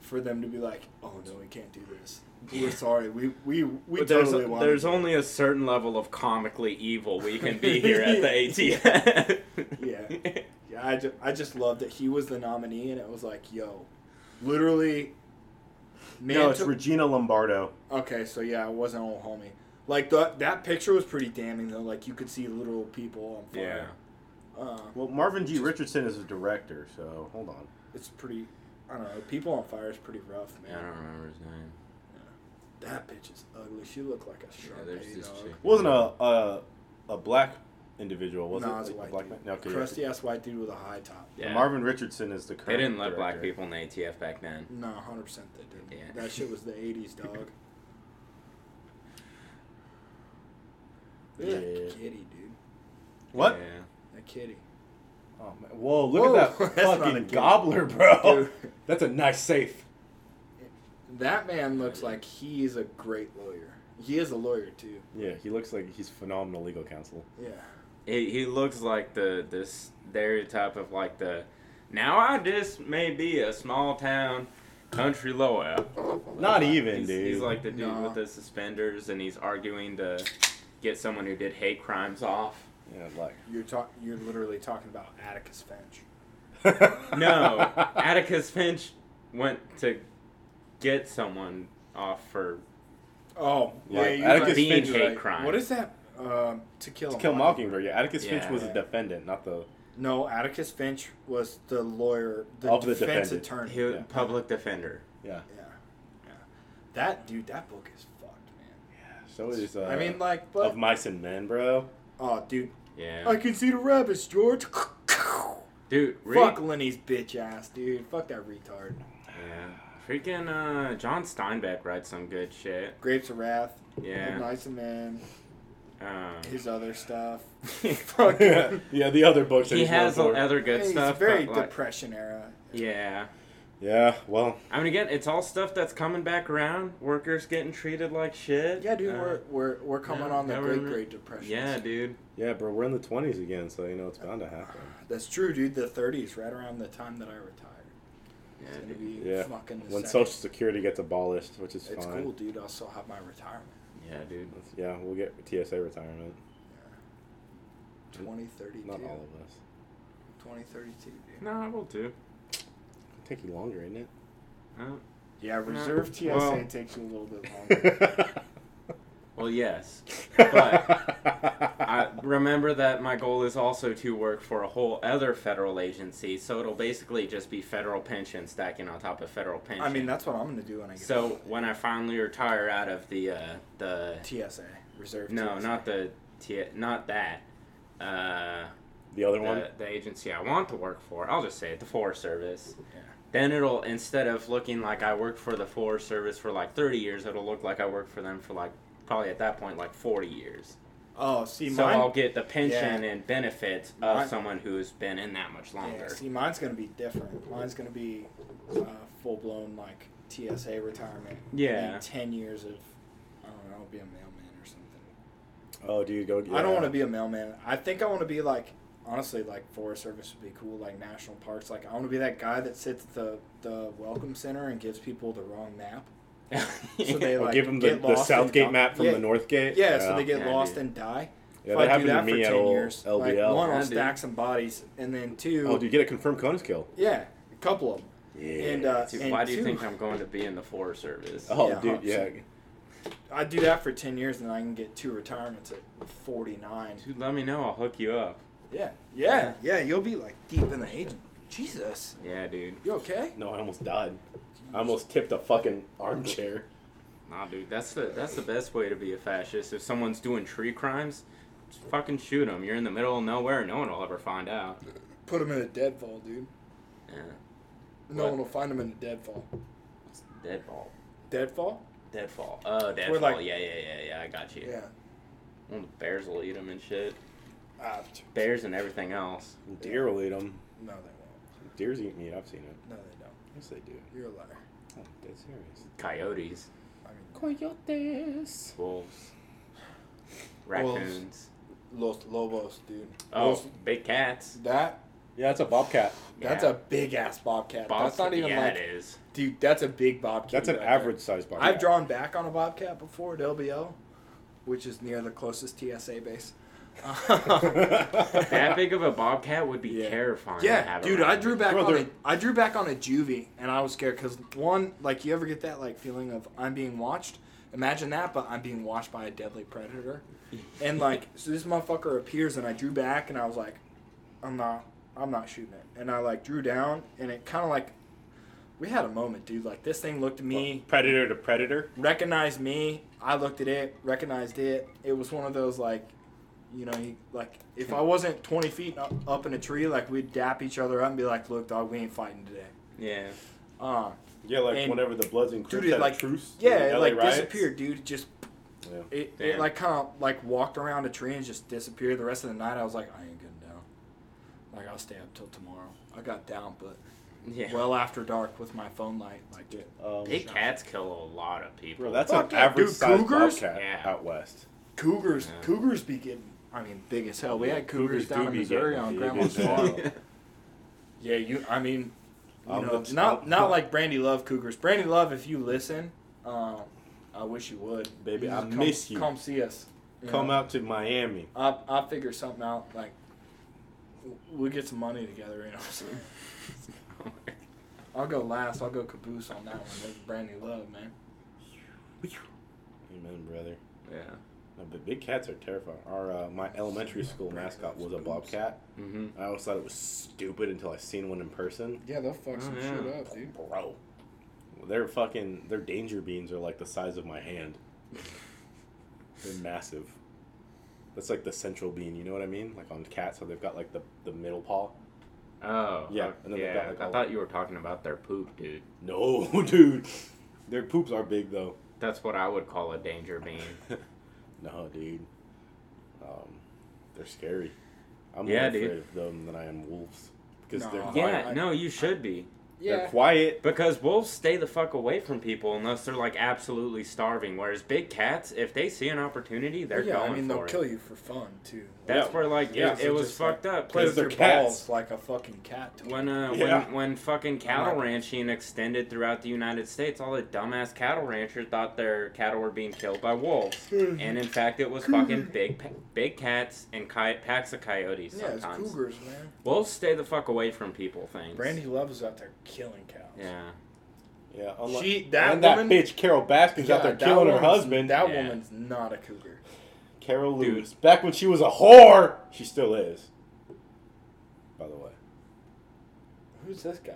Speaker 1: for them to be like, oh no, we can't do this. We're sorry. We we we
Speaker 3: But there's,
Speaker 1: totally want.
Speaker 3: there's only a certain level of comically evil we can be here at the ATF
Speaker 1: Yeah. Yeah, I just, I just love that he was the nominee, and it was like, yo, literally. Man
Speaker 2: No, it's
Speaker 1: took-
Speaker 2: Regina Lombardo.
Speaker 1: okay, so yeah, it wasn't old homie. Like the, that picture was pretty damning though. Like you could see literal people on
Speaker 3: yeah
Speaker 1: fire. Yeah. Uh,
Speaker 2: Well, Marvin G. Richardson is a director, so hold on.
Speaker 1: it's pretty. I don't know. People on fire is pretty rough, man.
Speaker 3: I don't remember his name
Speaker 1: That bitch is ugly. She looked like a shark.
Speaker 3: there's this
Speaker 1: dog.
Speaker 3: chick.
Speaker 2: Wasn't a a, a black individual, was
Speaker 1: No,
Speaker 2: it?
Speaker 1: it's a
Speaker 2: Like,
Speaker 1: white
Speaker 2: black
Speaker 1: dude.
Speaker 2: man? No, okay, yeah.
Speaker 1: Crusty ass white dude with a high top.
Speaker 3: yeah
Speaker 2: Marvin Richardson is the current.
Speaker 3: they didn't let black
Speaker 2: director.
Speaker 3: people in the ATF back then
Speaker 1: No, hundred percent they didn't.
Speaker 3: Yeah.
Speaker 1: That shit was the eighties, dog. Look at
Speaker 2: Yeah.
Speaker 1: that kitty, dude.
Speaker 2: What?
Speaker 3: yeah.
Speaker 1: That kitty.
Speaker 2: Oh, man. Whoa, look
Speaker 1: Whoa,
Speaker 2: at that
Speaker 1: that's not a
Speaker 2: fucking
Speaker 1: kid.
Speaker 2: gobbler, bro.
Speaker 1: Dude.
Speaker 2: That's a nice safe.
Speaker 1: That man looks like he's a great lawyer. He is a lawyer too.
Speaker 2: Yeah, he looks like he's phenomenal legal counsel.
Speaker 1: Yeah.
Speaker 3: He, he looks like the this stereotype of like the now I just may be a small town country lawyer.
Speaker 2: Not
Speaker 3: Like,
Speaker 2: even,
Speaker 3: he's,
Speaker 2: dude.
Speaker 3: He's like the dude
Speaker 1: Nah.
Speaker 3: with the suspenders, and he's arguing to get someone who did hate crimes off.
Speaker 2: yeah, like
Speaker 1: You're talk. You're literally talking about Atticus Finch.
Speaker 3: No, Atticus Finch went to get someone off for
Speaker 1: Oh, yeah.
Speaker 2: Like,
Speaker 1: you
Speaker 2: Atticus
Speaker 1: might be
Speaker 3: Finch- hate
Speaker 1: right.
Speaker 3: crime.
Speaker 1: What is that? Um, to kill.
Speaker 2: To
Speaker 1: a
Speaker 2: Kill Mockingbird. Yeah, Atticus
Speaker 3: Yeah.
Speaker 2: Finch was a defendant, not the.
Speaker 1: No, Atticus Finch was the lawyer, the
Speaker 2: Of the
Speaker 1: defense
Speaker 2: defendant.
Speaker 1: attorney.
Speaker 3: he,
Speaker 2: Yeah.
Speaker 3: public defender.
Speaker 2: Yeah.
Speaker 1: Yeah, yeah. That dude, that book is fucked, man.
Speaker 2: So is. Uh,
Speaker 1: I mean, like,
Speaker 2: of
Speaker 1: but
Speaker 2: mice and men, bro.
Speaker 1: oh, dude,
Speaker 3: Yeah,
Speaker 1: I can see the rabbits, George.
Speaker 3: dude.
Speaker 1: Fuck Lenny's bitch ass, dude. Fuck that retard.
Speaker 3: Yeah, freaking uh, John Steinbeck writes some good shit.
Speaker 1: Grapes of Wrath.
Speaker 3: Yeah.
Speaker 1: Nice man.
Speaker 3: Um,
Speaker 1: His other stuff.
Speaker 2: Oh, yeah,
Speaker 1: Fucking.
Speaker 2: the other books. that
Speaker 3: he
Speaker 2: he's known
Speaker 3: has
Speaker 2: for.
Speaker 3: other good
Speaker 1: He's
Speaker 3: stuff.
Speaker 1: very
Speaker 3: but, like,
Speaker 1: depression era.
Speaker 3: Yeah.
Speaker 2: Yeah, well,
Speaker 3: I mean, again, it's all stuff that's coming back around. Workers getting treated like shit.
Speaker 1: Yeah, dude,
Speaker 3: Uh,
Speaker 1: we're, we're we're coming
Speaker 3: no,
Speaker 1: on the
Speaker 3: no,
Speaker 1: Great
Speaker 3: we're-
Speaker 1: Great Depression.
Speaker 3: Yeah, dude.
Speaker 2: yeah, bro, we're in the twenties again, so you know it's bound to happen.
Speaker 1: That's true, dude. The 30s, right around the time that I retired.
Speaker 3: Yeah,
Speaker 1: It's gonna
Speaker 3: dude.
Speaker 1: be
Speaker 2: Yeah.
Speaker 1: fucking. The
Speaker 2: When
Speaker 1: second.
Speaker 2: Social Security gets abolished, which is
Speaker 1: It's
Speaker 2: fine.
Speaker 1: cool, dude. I'll still have my retirement.
Speaker 3: Yeah, dude.
Speaker 2: That's- Yeah, we'll get TSA retirement.
Speaker 1: Twenty thirty two.
Speaker 2: Not all of us.
Speaker 1: Twenty thirty two, dude.
Speaker 3: No, I will too.
Speaker 2: It'll take you longer, isn't
Speaker 3: Uh,
Speaker 1: Yeah,
Speaker 3: reserve TSA Well-
Speaker 1: takes you a little bit
Speaker 2: it?
Speaker 3: well, yes. I remember that my goal is also to work for a whole other federal agency, so it'll basically just be federal pension stacking on top of federal pension.
Speaker 1: I mean, that's what I'm gonna do when I get
Speaker 3: So when I finally retire out of the uh, the
Speaker 1: TSA reserve.
Speaker 3: no,
Speaker 1: TSA.
Speaker 3: not the t- not that. Uh,
Speaker 2: the other one.
Speaker 3: the, the agency I want to work for, I'll just say it, the Forest Service.
Speaker 1: Yeah.
Speaker 3: Then it'll instead of looking like I worked for the Forest Service for like 30 years, it'll look like I worked for them for like probably at that point like 40 years.
Speaker 1: Oh, see,
Speaker 3: so
Speaker 1: mine.
Speaker 3: I'll get the pension
Speaker 1: Yeah.
Speaker 3: and benefits of
Speaker 1: Mine-
Speaker 3: someone who's been in that much
Speaker 1: yeah,
Speaker 3: longer.
Speaker 1: see, mine's gonna be different. Mine's gonna be uh, full blown like TSA retirement.
Speaker 3: Yeah.
Speaker 1: Need Ten years of, I don't know, be a mailman or something.
Speaker 2: Oh, dude, go.
Speaker 1: I don't want to be a mailman. I think I want to be like, honestly, like Forest Service would be cool. Like national parks. Like I want to be that guy that sits at the the welcome center and gives people the wrong map. So they
Speaker 2: I'll
Speaker 1: like
Speaker 2: give them the,
Speaker 1: get
Speaker 2: the
Speaker 1: lost and
Speaker 2: Southgate
Speaker 1: dump-
Speaker 2: map from
Speaker 1: yeah,
Speaker 2: the Northgate.
Speaker 1: Yeah, so they get
Speaker 3: Yeah,
Speaker 1: lost
Speaker 3: dude.
Speaker 1: and die.
Speaker 2: Yeah,
Speaker 1: if
Speaker 2: that
Speaker 1: I do
Speaker 2: happened to
Speaker 1: that for
Speaker 2: me at
Speaker 1: ten
Speaker 2: old
Speaker 1: years, like
Speaker 2: LBL.
Speaker 1: one, I'll
Speaker 3: Yeah,
Speaker 1: stack
Speaker 3: dude.
Speaker 1: some bodies, and then two,
Speaker 2: Oh, dude, get a confirmed Conus kill.
Speaker 1: yeah, a couple of them.
Speaker 2: Yeah.
Speaker 1: And, uh,
Speaker 3: Dude,
Speaker 1: and
Speaker 3: why do you
Speaker 1: two-
Speaker 3: think I'm going to be in the Forest Service?
Speaker 2: oh,
Speaker 1: yeah,
Speaker 2: dude,
Speaker 1: Hobson.
Speaker 2: yeah.
Speaker 1: I do that for ten years, and I can get two retirements at forty nine.
Speaker 3: Dude, let me know. I'll hook you up.
Speaker 1: Yeah, yeah, yeah. You'll be like deep in the agent. Jesus,
Speaker 3: Yeah, dude.
Speaker 1: you okay?
Speaker 2: No, I almost died. I almost tipped a fucking armchair.
Speaker 3: Nah, dude. That's the that's the best way to be a fascist. If someone's doing tree crimes, just fucking shoot them. You're in the middle of nowhere. No one will ever find out.
Speaker 1: Put him in a deadfall, dude.
Speaker 3: Yeah.
Speaker 1: No
Speaker 3: What?
Speaker 1: one will find him in a deadfall.
Speaker 3: It's deadfall.
Speaker 1: Deadfall?
Speaker 3: Deadfall. Oh, deadfall.
Speaker 1: We're like-
Speaker 3: yeah, yeah, yeah, yeah. I got you.
Speaker 1: Yeah.
Speaker 3: Well, the bears will eat them and shit.
Speaker 1: Ah,
Speaker 3: Bears and everything else.
Speaker 2: Deer will eat them.
Speaker 1: no, they won't.
Speaker 2: Deer's eat meat. I've seen it.
Speaker 1: No, they don't.
Speaker 2: Yes, they do.
Speaker 1: You're a liar.
Speaker 2: I'm dead serious.
Speaker 3: Coyotes.
Speaker 1: I mean,
Speaker 2: Coyotes.
Speaker 3: Wolves.
Speaker 1: Wolves.
Speaker 3: Raccoons.
Speaker 1: Los Lobos, dude.
Speaker 3: Oh,
Speaker 1: Los-
Speaker 3: big cats.
Speaker 1: that
Speaker 2: Yeah, that's a bobcat.
Speaker 1: that's
Speaker 3: Yeah.
Speaker 1: a big ass bobcat.
Speaker 3: Bob-
Speaker 1: that's not even
Speaker 3: yeah,
Speaker 1: like,
Speaker 3: it is.
Speaker 1: dude. That's a big bobcat.
Speaker 2: That's an
Speaker 1: right there.
Speaker 2: average sized bobcat.
Speaker 1: I've drawn back on a bobcat before at LBL, which is near the closest TSA base.
Speaker 3: That big of a bobcat would be
Speaker 1: Yeah.
Speaker 3: terrifying. to
Speaker 1: Yeah,
Speaker 3: have
Speaker 1: dude,
Speaker 3: around.
Speaker 1: I drew back
Speaker 2: Bro,
Speaker 1: on
Speaker 2: they're-
Speaker 1: a, I drew back on a juvie, and I was scared because one, like, you ever get that like feeling of I'm being watched? Imagine that, but I'm being watched by a deadly predator, and like, so this motherfucker appears, and I drew back, and I was like, I'm not, I'm not shooting it, and I like drew down, and it kind of like, we had a moment, dude. Like this thing looked at me,
Speaker 2: predator to predator.
Speaker 1: recognized me. I looked at it, recognized it. It was one of those like, you know, you, like if I wasn't twenty feet up, up in a tree, like we'd dap each other up and be like, "Look, dog, we ain't fighting today."
Speaker 3: Yeah.
Speaker 1: Uh,
Speaker 2: Yeah, like
Speaker 1: And-
Speaker 2: whenever the Bloods and
Speaker 1: dude,
Speaker 2: Crips
Speaker 1: it
Speaker 2: had
Speaker 1: like
Speaker 2: a truce.
Speaker 1: yeah,
Speaker 2: in
Speaker 1: it
Speaker 2: LA
Speaker 1: like
Speaker 2: riots.
Speaker 1: disappeared, dude. It just
Speaker 2: Yeah.
Speaker 1: it, it
Speaker 3: Damn.
Speaker 1: like kind of like walked around a tree and just disappeared. The rest of the night, I was like, I ain't getting down. Like I'll stay up till tomorrow. I got down, but
Speaker 3: Yeah.
Speaker 1: well after dark with my phone light, like just
Speaker 2: Um,
Speaker 3: big cats kill a lot of people.
Speaker 2: Bro, that's
Speaker 1: Fuck
Speaker 2: an
Speaker 1: yeah,
Speaker 2: average
Speaker 1: dude,
Speaker 2: sized
Speaker 1: cougars?
Speaker 2: bobcat
Speaker 3: Yeah.
Speaker 2: out west.
Speaker 1: cougars.
Speaker 3: Yeah.
Speaker 1: Cougars be getting. I mean, big as hell. We had cougars,
Speaker 2: do
Speaker 1: down in
Speaker 2: be
Speaker 1: Missouri
Speaker 2: getting
Speaker 1: on
Speaker 2: big
Speaker 1: Grandma's
Speaker 2: as hell.
Speaker 1: farm. Yeah, you. I mean, you
Speaker 2: I'm
Speaker 1: know,
Speaker 2: the-
Speaker 1: not
Speaker 2: I'm-
Speaker 1: not like Brandy Love Cougars. Brandy Love, if you listen, um, I wish you would,
Speaker 2: Baby,
Speaker 1: You
Speaker 2: I
Speaker 1: just come,
Speaker 2: miss you.
Speaker 1: Come see us. you
Speaker 2: Come
Speaker 1: know.
Speaker 2: out to Miami.
Speaker 1: I'll, I'll figure something out. Like, w- we'll get some money together. You know, what I'm saying? I'll go last. I'll go caboose on that one. That's Brandy Love, man.
Speaker 2: Amen, brother.
Speaker 3: yeah.
Speaker 2: No, but big cats are terrifying. Our uh, my elementary school mascot was a bobcat.
Speaker 3: Mm-hmm.
Speaker 2: I always thought it was stupid until I seen one in person.
Speaker 1: Yeah, they'll fuck
Speaker 3: Oh, some yeah. shit
Speaker 1: up, dude.
Speaker 2: Bro, their fucking their danger beans are like the size of my hand. They're massive. That's like the central bean. You know what I mean? Like on cats, how they've got like the the middle paw.
Speaker 3: Oh.
Speaker 2: Yeah,
Speaker 3: okay.
Speaker 2: and then they
Speaker 3: yeah.
Speaker 2: got, like,
Speaker 3: I
Speaker 2: all-
Speaker 3: thought you were talking about their poop, dude.
Speaker 2: No, dude. Their poops are big though.
Speaker 3: That's what I would call a danger bean.
Speaker 2: No, dude. Um, they're scary. I'm
Speaker 3: Yeah,
Speaker 2: more afraid
Speaker 3: dude.
Speaker 2: of them than I am wolves because they're
Speaker 1: Nah.
Speaker 2: quiet.
Speaker 3: yeah.
Speaker 1: I-
Speaker 3: no, you should be.
Speaker 2: They're quiet.
Speaker 3: Because wolves stay the fuck away from people unless they're like absolutely starving. Whereas big cats, if they see an opportunity, they're
Speaker 1: yeah,
Speaker 3: going
Speaker 1: I mean,
Speaker 3: for
Speaker 1: they'll
Speaker 3: it.
Speaker 1: kill you for fun too.
Speaker 3: That's
Speaker 2: Yeah.
Speaker 3: where like
Speaker 2: Yeah,
Speaker 3: it,
Speaker 2: so
Speaker 3: it was
Speaker 1: just, like,
Speaker 3: fucked up.
Speaker 1: Play
Speaker 2: Because
Speaker 1: with
Speaker 3: Cause
Speaker 2: they're
Speaker 1: your
Speaker 2: cats.
Speaker 1: balls like a fucking cat. toy.
Speaker 3: when uh,
Speaker 2: Yeah.
Speaker 3: when when fucking cattle
Speaker 1: Right.
Speaker 3: ranching extended throughout the United States, all the dumbass cattle ranchers thought their cattle were being killed by wolves, and in fact, it was fucking big pa- big cats and coy- packs of coyotes.
Speaker 1: yeah, it's
Speaker 3: Sometimes
Speaker 1: cougars, man.
Speaker 3: wolves stay the fuck away from people. Things.
Speaker 1: Brandy Love is out there killing cows.
Speaker 3: Yeah.
Speaker 2: Yeah,
Speaker 1: She- that
Speaker 2: and
Speaker 1: woman-
Speaker 2: that bitch Carol Baskin's out
Speaker 1: Yeah,
Speaker 2: there
Speaker 1: that
Speaker 2: killing her
Speaker 1: woman's-
Speaker 2: husband.
Speaker 1: That
Speaker 3: Yeah.
Speaker 1: woman's not a cougar.
Speaker 2: Carol
Speaker 3: Dude.
Speaker 2: Lewis. Back when she was a whore, she still is. By the way,
Speaker 1: Who's this guy?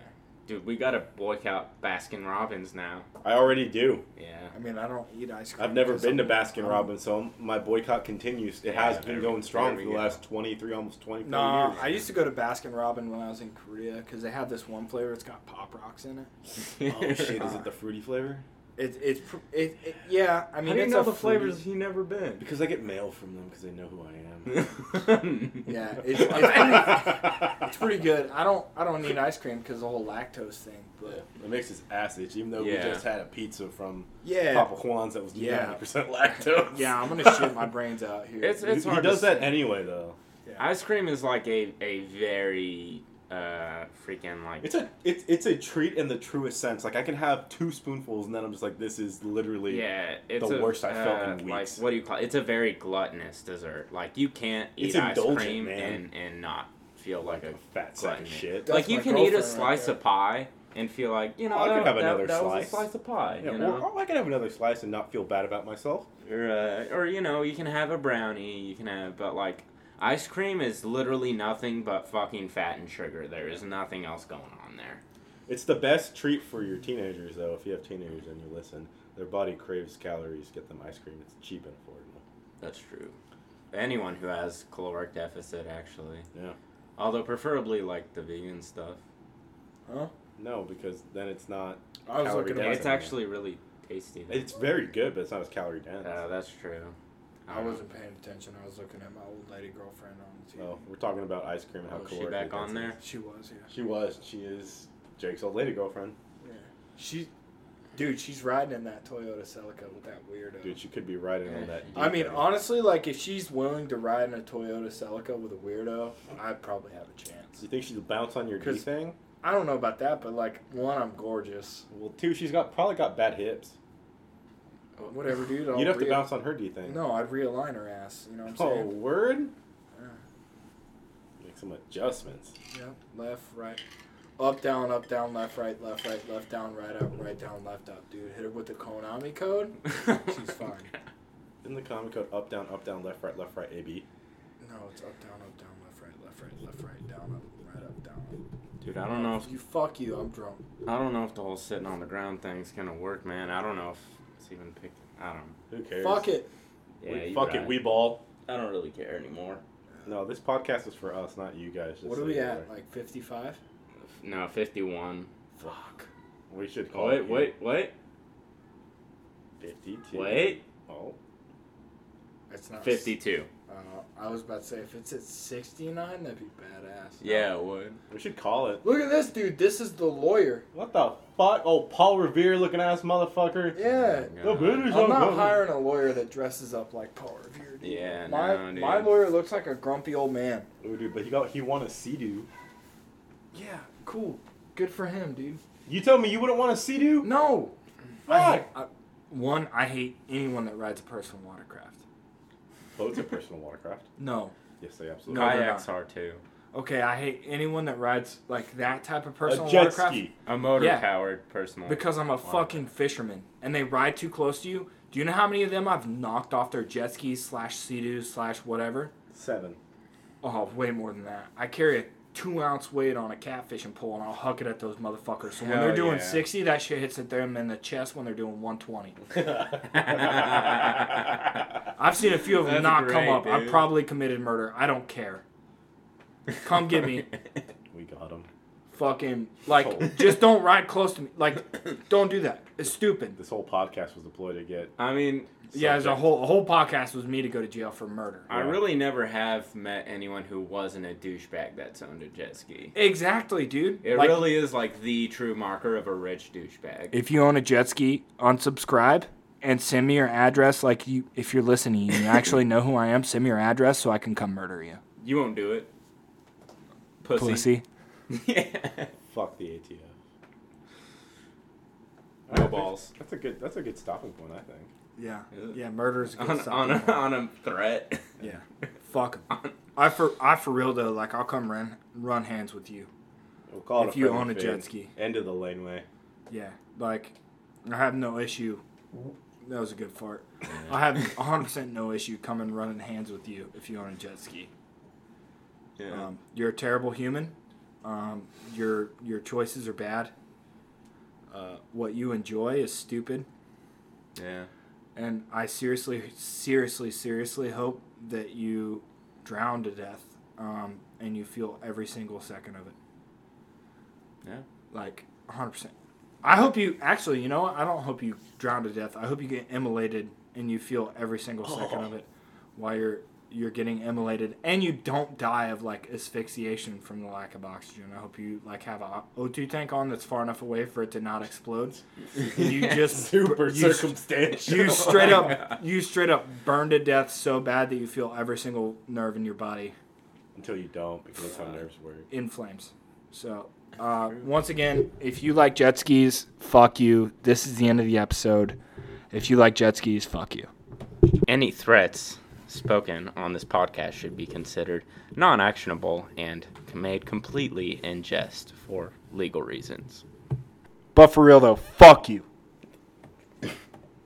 Speaker 3: Dude, we gotta boycott Baskin Robbins now.
Speaker 2: I already do.
Speaker 3: Yeah.
Speaker 1: I mean, I don't eat ice cream.
Speaker 2: I've never
Speaker 1: 'cause
Speaker 2: been to
Speaker 1: I'm-
Speaker 2: Baskin
Speaker 1: I'm-
Speaker 2: Robbins, so my boycott continues. It
Speaker 3: Yeah,
Speaker 2: has
Speaker 3: there
Speaker 2: been
Speaker 3: we-
Speaker 2: going strong
Speaker 3: there
Speaker 2: for
Speaker 3: we
Speaker 2: the
Speaker 3: go.
Speaker 2: last twenty-three, almost twenty-four
Speaker 1: Nah,
Speaker 2: years.
Speaker 1: I used to go to Baskin Robin when I was in Korea because they have this one flavor. It's got pop rocks in it.
Speaker 2: Oh shit! Is it the fruity flavor?
Speaker 1: It, it's pr- it, it, yeah. I
Speaker 4: I
Speaker 1: mean,
Speaker 4: do you
Speaker 1: it's
Speaker 4: know
Speaker 1: a
Speaker 4: the
Speaker 1: fruity-
Speaker 4: flavors you never been?
Speaker 2: Because I get mail from them because they know who I am.
Speaker 3: yeah,
Speaker 1: Yeah, it's, it's, pretty, it's pretty good. I don't I don't need ice cream because the whole lactose thing. But
Speaker 2: It makes his ass itch, even though we
Speaker 3: Yeah.
Speaker 2: just had a pizza from
Speaker 1: yeah,
Speaker 2: Papa Juan's that was
Speaker 1: Yeah.
Speaker 2: 90% lactose.
Speaker 1: yeah, I'm gonna shit my brains out here.
Speaker 3: It's-
Speaker 2: He, he
Speaker 3: hard to
Speaker 2: does that
Speaker 3: say.
Speaker 2: anyway, though.
Speaker 3: Ice cream is like a a very uh freaking like
Speaker 2: It's a it's it's a treat in the truest sense. Like I can have two spoonfuls and then I'm just like, this is literally
Speaker 3: yeah, it's
Speaker 2: the
Speaker 3: a,
Speaker 2: worst I felt
Speaker 3: uh,
Speaker 2: in
Speaker 3: Like
Speaker 2: weeks.
Speaker 3: what do you call it? It's a very gluttonous dessert. Like you can't eat
Speaker 2: It's
Speaker 3: ice
Speaker 2: indulgent,
Speaker 3: cream
Speaker 2: man.
Speaker 3: and and not feel like a
Speaker 2: fat sack
Speaker 3: glutton.
Speaker 2: of shit.
Speaker 1: That's
Speaker 3: like you
Speaker 1: my
Speaker 3: can eat a
Speaker 1: girlfriend right
Speaker 3: slice of pie and feel like you know
Speaker 2: I could
Speaker 3: that,
Speaker 2: have
Speaker 3: that-
Speaker 2: another
Speaker 3: that was
Speaker 2: slice.
Speaker 3: a slice of pie.
Speaker 2: Yeah,
Speaker 3: you
Speaker 2: or,
Speaker 3: know?
Speaker 2: or I can have another slice and not feel bad about myself.
Speaker 3: or uh, or you know you can have a brownie you can have but like ice cream is literally nothing but fucking fat and sugar there is nothing else going on there
Speaker 2: It's the best treat for your teenagers, though. If you have teenagers and you listen, their body craves calories. Get them ice cream. It's cheap and affordable.
Speaker 3: that's true anyone who has caloric deficit actually
Speaker 2: Yeah.
Speaker 3: although preferably like the vegan stuff
Speaker 1: Huh?
Speaker 2: No, because then it's not.
Speaker 1: I was
Speaker 2: calorie
Speaker 1: looking
Speaker 2: dense
Speaker 1: at
Speaker 3: it's
Speaker 1: it.
Speaker 2: anymore.
Speaker 3: actually really tasty though.
Speaker 2: It's very good, but it's not as calorie dense.
Speaker 3: Uh, that's true
Speaker 1: I wasn't paying attention. I was looking at my old lady girlfriend on the TV.
Speaker 2: No, we're talking about ice cream and how
Speaker 3: Oh, is she
Speaker 2: calorically
Speaker 3: back on
Speaker 2: dense it is.
Speaker 3: there?
Speaker 1: She was, yeah.
Speaker 2: She was. She is Jake's old lady girlfriend.
Speaker 1: yeah. She, dude, she's riding in that Toyota Celica with that weirdo.
Speaker 2: Dude, she could be riding on that.
Speaker 1: I mean,
Speaker 2: deep end.
Speaker 1: honestly, like if she's willing to ride in a Toyota Celica with a weirdo, I'd probably have a chance.
Speaker 2: You think she'll bounce on your D
Speaker 1: 'Cause-
Speaker 2: thing?
Speaker 1: I don't know about that, but like one, I'm gorgeous.
Speaker 2: Well, two, she's got probably got bad hips.
Speaker 1: Oh, Whatever, dude. I'll
Speaker 2: You'd have to
Speaker 1: rea-
Speaker 2: bounce on her D thing.
Speaker 1: No, I'd realign her ass. You know what I'm
Speaker 2: Oh,
Speaker 1: saying?
Speaker 2: word.
Speaker 1: Yeah.
Speaker 2: Make some adjustments.
Speaker 1: Yeah. Left, right, up, down, up, down, left, right, left, right, left, down, right, up, right, down, left, up, dude. Hit her with the Konami code. She's fine.
Speaker 2: In the comic code, up, down, up, down, left, right, left, right, A, B.
Speaker 1: No, it's up, down, up, down, left, right, left, right, left, right, down, up, right, up, down. Up.
Speaker 3: dude i don't know if
Speaker 1: You fuck you. I'm drunk.
Speaker 3: i don't know if the whole sitting on the ground thing's gonna work man i don't know if it's even picked i don't
Speaker 2: Who cares?
Speaker 1: Fuck it.
Speaker 3: yeah,
Speaker 2: we,
Speaker 3: you're
Speaker 2: fuck it.
Speaker 3: right.
Speaker 2: We ball.
Speaker 3: I don't really care anymore.
Speaker 2: No, this podcast is for us, not you guys. Just
Speaker 1: What
Speaker 2: so
Speaker 1: are we
Speaker 2: you
Speaker 1: at?
Speaker 2: know.
Speaker 1: Like 55.
Speaker 3: No, 51.
Speaker 1: Fuck.
Speaker 2: We should call
Speaker 3: Wait,
Speaker 2: it
Speaker 3: wait, wait,
Speaker 2: fifty-two.
Speaker 3: wait.
Speaker 2: Oh,
Speaker 1: It's not.
Speaker 3: 52.
Speaker 1: Uh, I was about to say if it's at 69, that'd be badass.
Speaker 3: Yeah, it would.
Speaker 2: we should call it.
Speaker 1: Look at this dude. This is the lawyer.
Speaker 2: What the fuck? Oh, Paul Revere looking ass motherfucker.
Speaker 1: Yeah.
Speaker 2: The British
Speaker 1: I'm
Speaker 2: are
Speaker 1: not
Speaker 2: coming.
Speaker 1: hiring a lawyer that dresses up like Paul Revere. dude.
Speaker 3: Yeah,
Speaker 1: My
Speaker 3: no, dude.
Speaker 1: my lawyer looks like a grumpy old man.
Speaker 2: Oh, dude, but he got he won a Sea-Doo.
Speaker 1: Yeah, cool. Good for him, dude.
Speaker 2: You tell me you wouldn't want a Sea-Doo?
Speaker 1: No.
Speaker 2: Why?
Speaker 1: one, I hate anyone that rides a personal watercraft.
Speaker 2: Boats are personal watercraft.
Speaker 1: No.
Speaker 2: Yes, they absolutely.
Speaker 1: No, they're
Speaker 3: Kayaks are too.
Speaker 1: Okay, I hate anyone that rides like that type of personal
Speaker 2: a jet
Speaker 1: watercraft
Speaker 2: ski.
Speaker 3: A motor powered personal.
Speaker 1: because I'm a fucking fisherman and they ride too close to you. Do you know how many of them I've knocked off their jet skis slash sea slash whatever?
Speaker 2: Seven.
Speaker 1: Oh, way more than that. I carry a two ounce weight on a catfishing pole and I'll huck it at those motherfuckers. So when
Speaker 3: Hell
Speaker 1: they're doing
Speaker 3: yeah.
Speaker 1: 60, that shit hits at them in the chest when they're doing 120. I've seen a few of them
Speaker 3: That's
Speaker 1: not come
Speaker 3: great,
Speaker 1: up. I've
Speaker 3: dude.
Speaker 1: probably committed murder. I don't care. Come get me.
Speaker 2: we got them.
Speaker 1: Fucking,
Speaker 2: Sold.
Speaker 1: like, just don't ride close to me. Like, don't do that. It's stupid.
Speaker 2: This whole podcast was deployed to get.
Speaker 3: I mean,
Speaker 1: Yeah, there's a
Speaker 2: subject.
Speaker 1: whole, a whole podcast was me to go to jail for murder.
Speaker 3: I
Speaker 2: Yeah.
Speaker 3: really never have met anyone who wasn't a douchebag that's owned a jet ski.
Speaker 1: Exactly, dude.
Speaker 3: It
Speaker 1: Like,
Speaker 3: really is like the true marker of a rich douchebag.
Speaker 1: if you own a jet ski, unsubscribe and send me your address. Like you, if you're listening, and you actually know who I am. Send me your address so I can come murder you,
Speaker 3: You won't do it. Pussy.
Speaker 1: pussy.
Speaker 3: yeah.
Speaker 2: Fuck the ATF.
Speaker 3: No balls.
Speaker 2: That's a good. That's a good stopping point, I think.
Speaker 1: Yeah,
Speaker 3: Yeah.
Speaker 1: yeah, murder is a good
Speaker 3: On, on, a, on a threat.
Speaker 1: Yeah, fuck. 'em. I for I for real though. Like I'll come run run hands with you.
Speaker 2: We'll call it
Speaker 1: If you
Speaker 2: friendly
Speaker 1: own a jet
Speaker 2: fade.
Speaker 1: ski.
Speaker 2: End of the laneway.
Speaker 1: Yeah, like I have no issue. That was a good fart. I have 100% no issue coming running hands with you if you own a jet ski.
Speaker 3: Yeah.
Speaker 1: Um, you're a terrible human. Um, your your choices are bad. Uh, what you enjoy is stupid,
Speaker 3: yeah.
Speaker 1: and I seriously, seriously, seriously hope that you drown to death, um, and you feel every single second of it.
Speaker 3: Yeah.
Speaker 1: Like 100. percent I hope you actually. You know what? I don't hope you drown to death. I hope you get immolated and you feel every single second of it while you're you're getting immolated and you don't die of like asphyxiation from the lack of oxygen. I hope you like have a O2 tank on that's far enough away for it to not explode. And you just
Speaker 2: Super
Speaker 1: you,
Speaker 2: circumstantial.
Speaker 1: you straight up you straight up burn to death so bad that you feel every single nerve in your body
Speaker 2: Until you don't, because that's how nerves work.
Speaker 1: in flames. So, uh, once again, if you like jet skis, fuck you. This is the end of the episode. If you like jet skis, fuck you.
Speaker 3: Any threats spoken on this podcast should be considered non actionable and made completely in jest for legal reasons.
Speaker 1: But for real though, fuck you.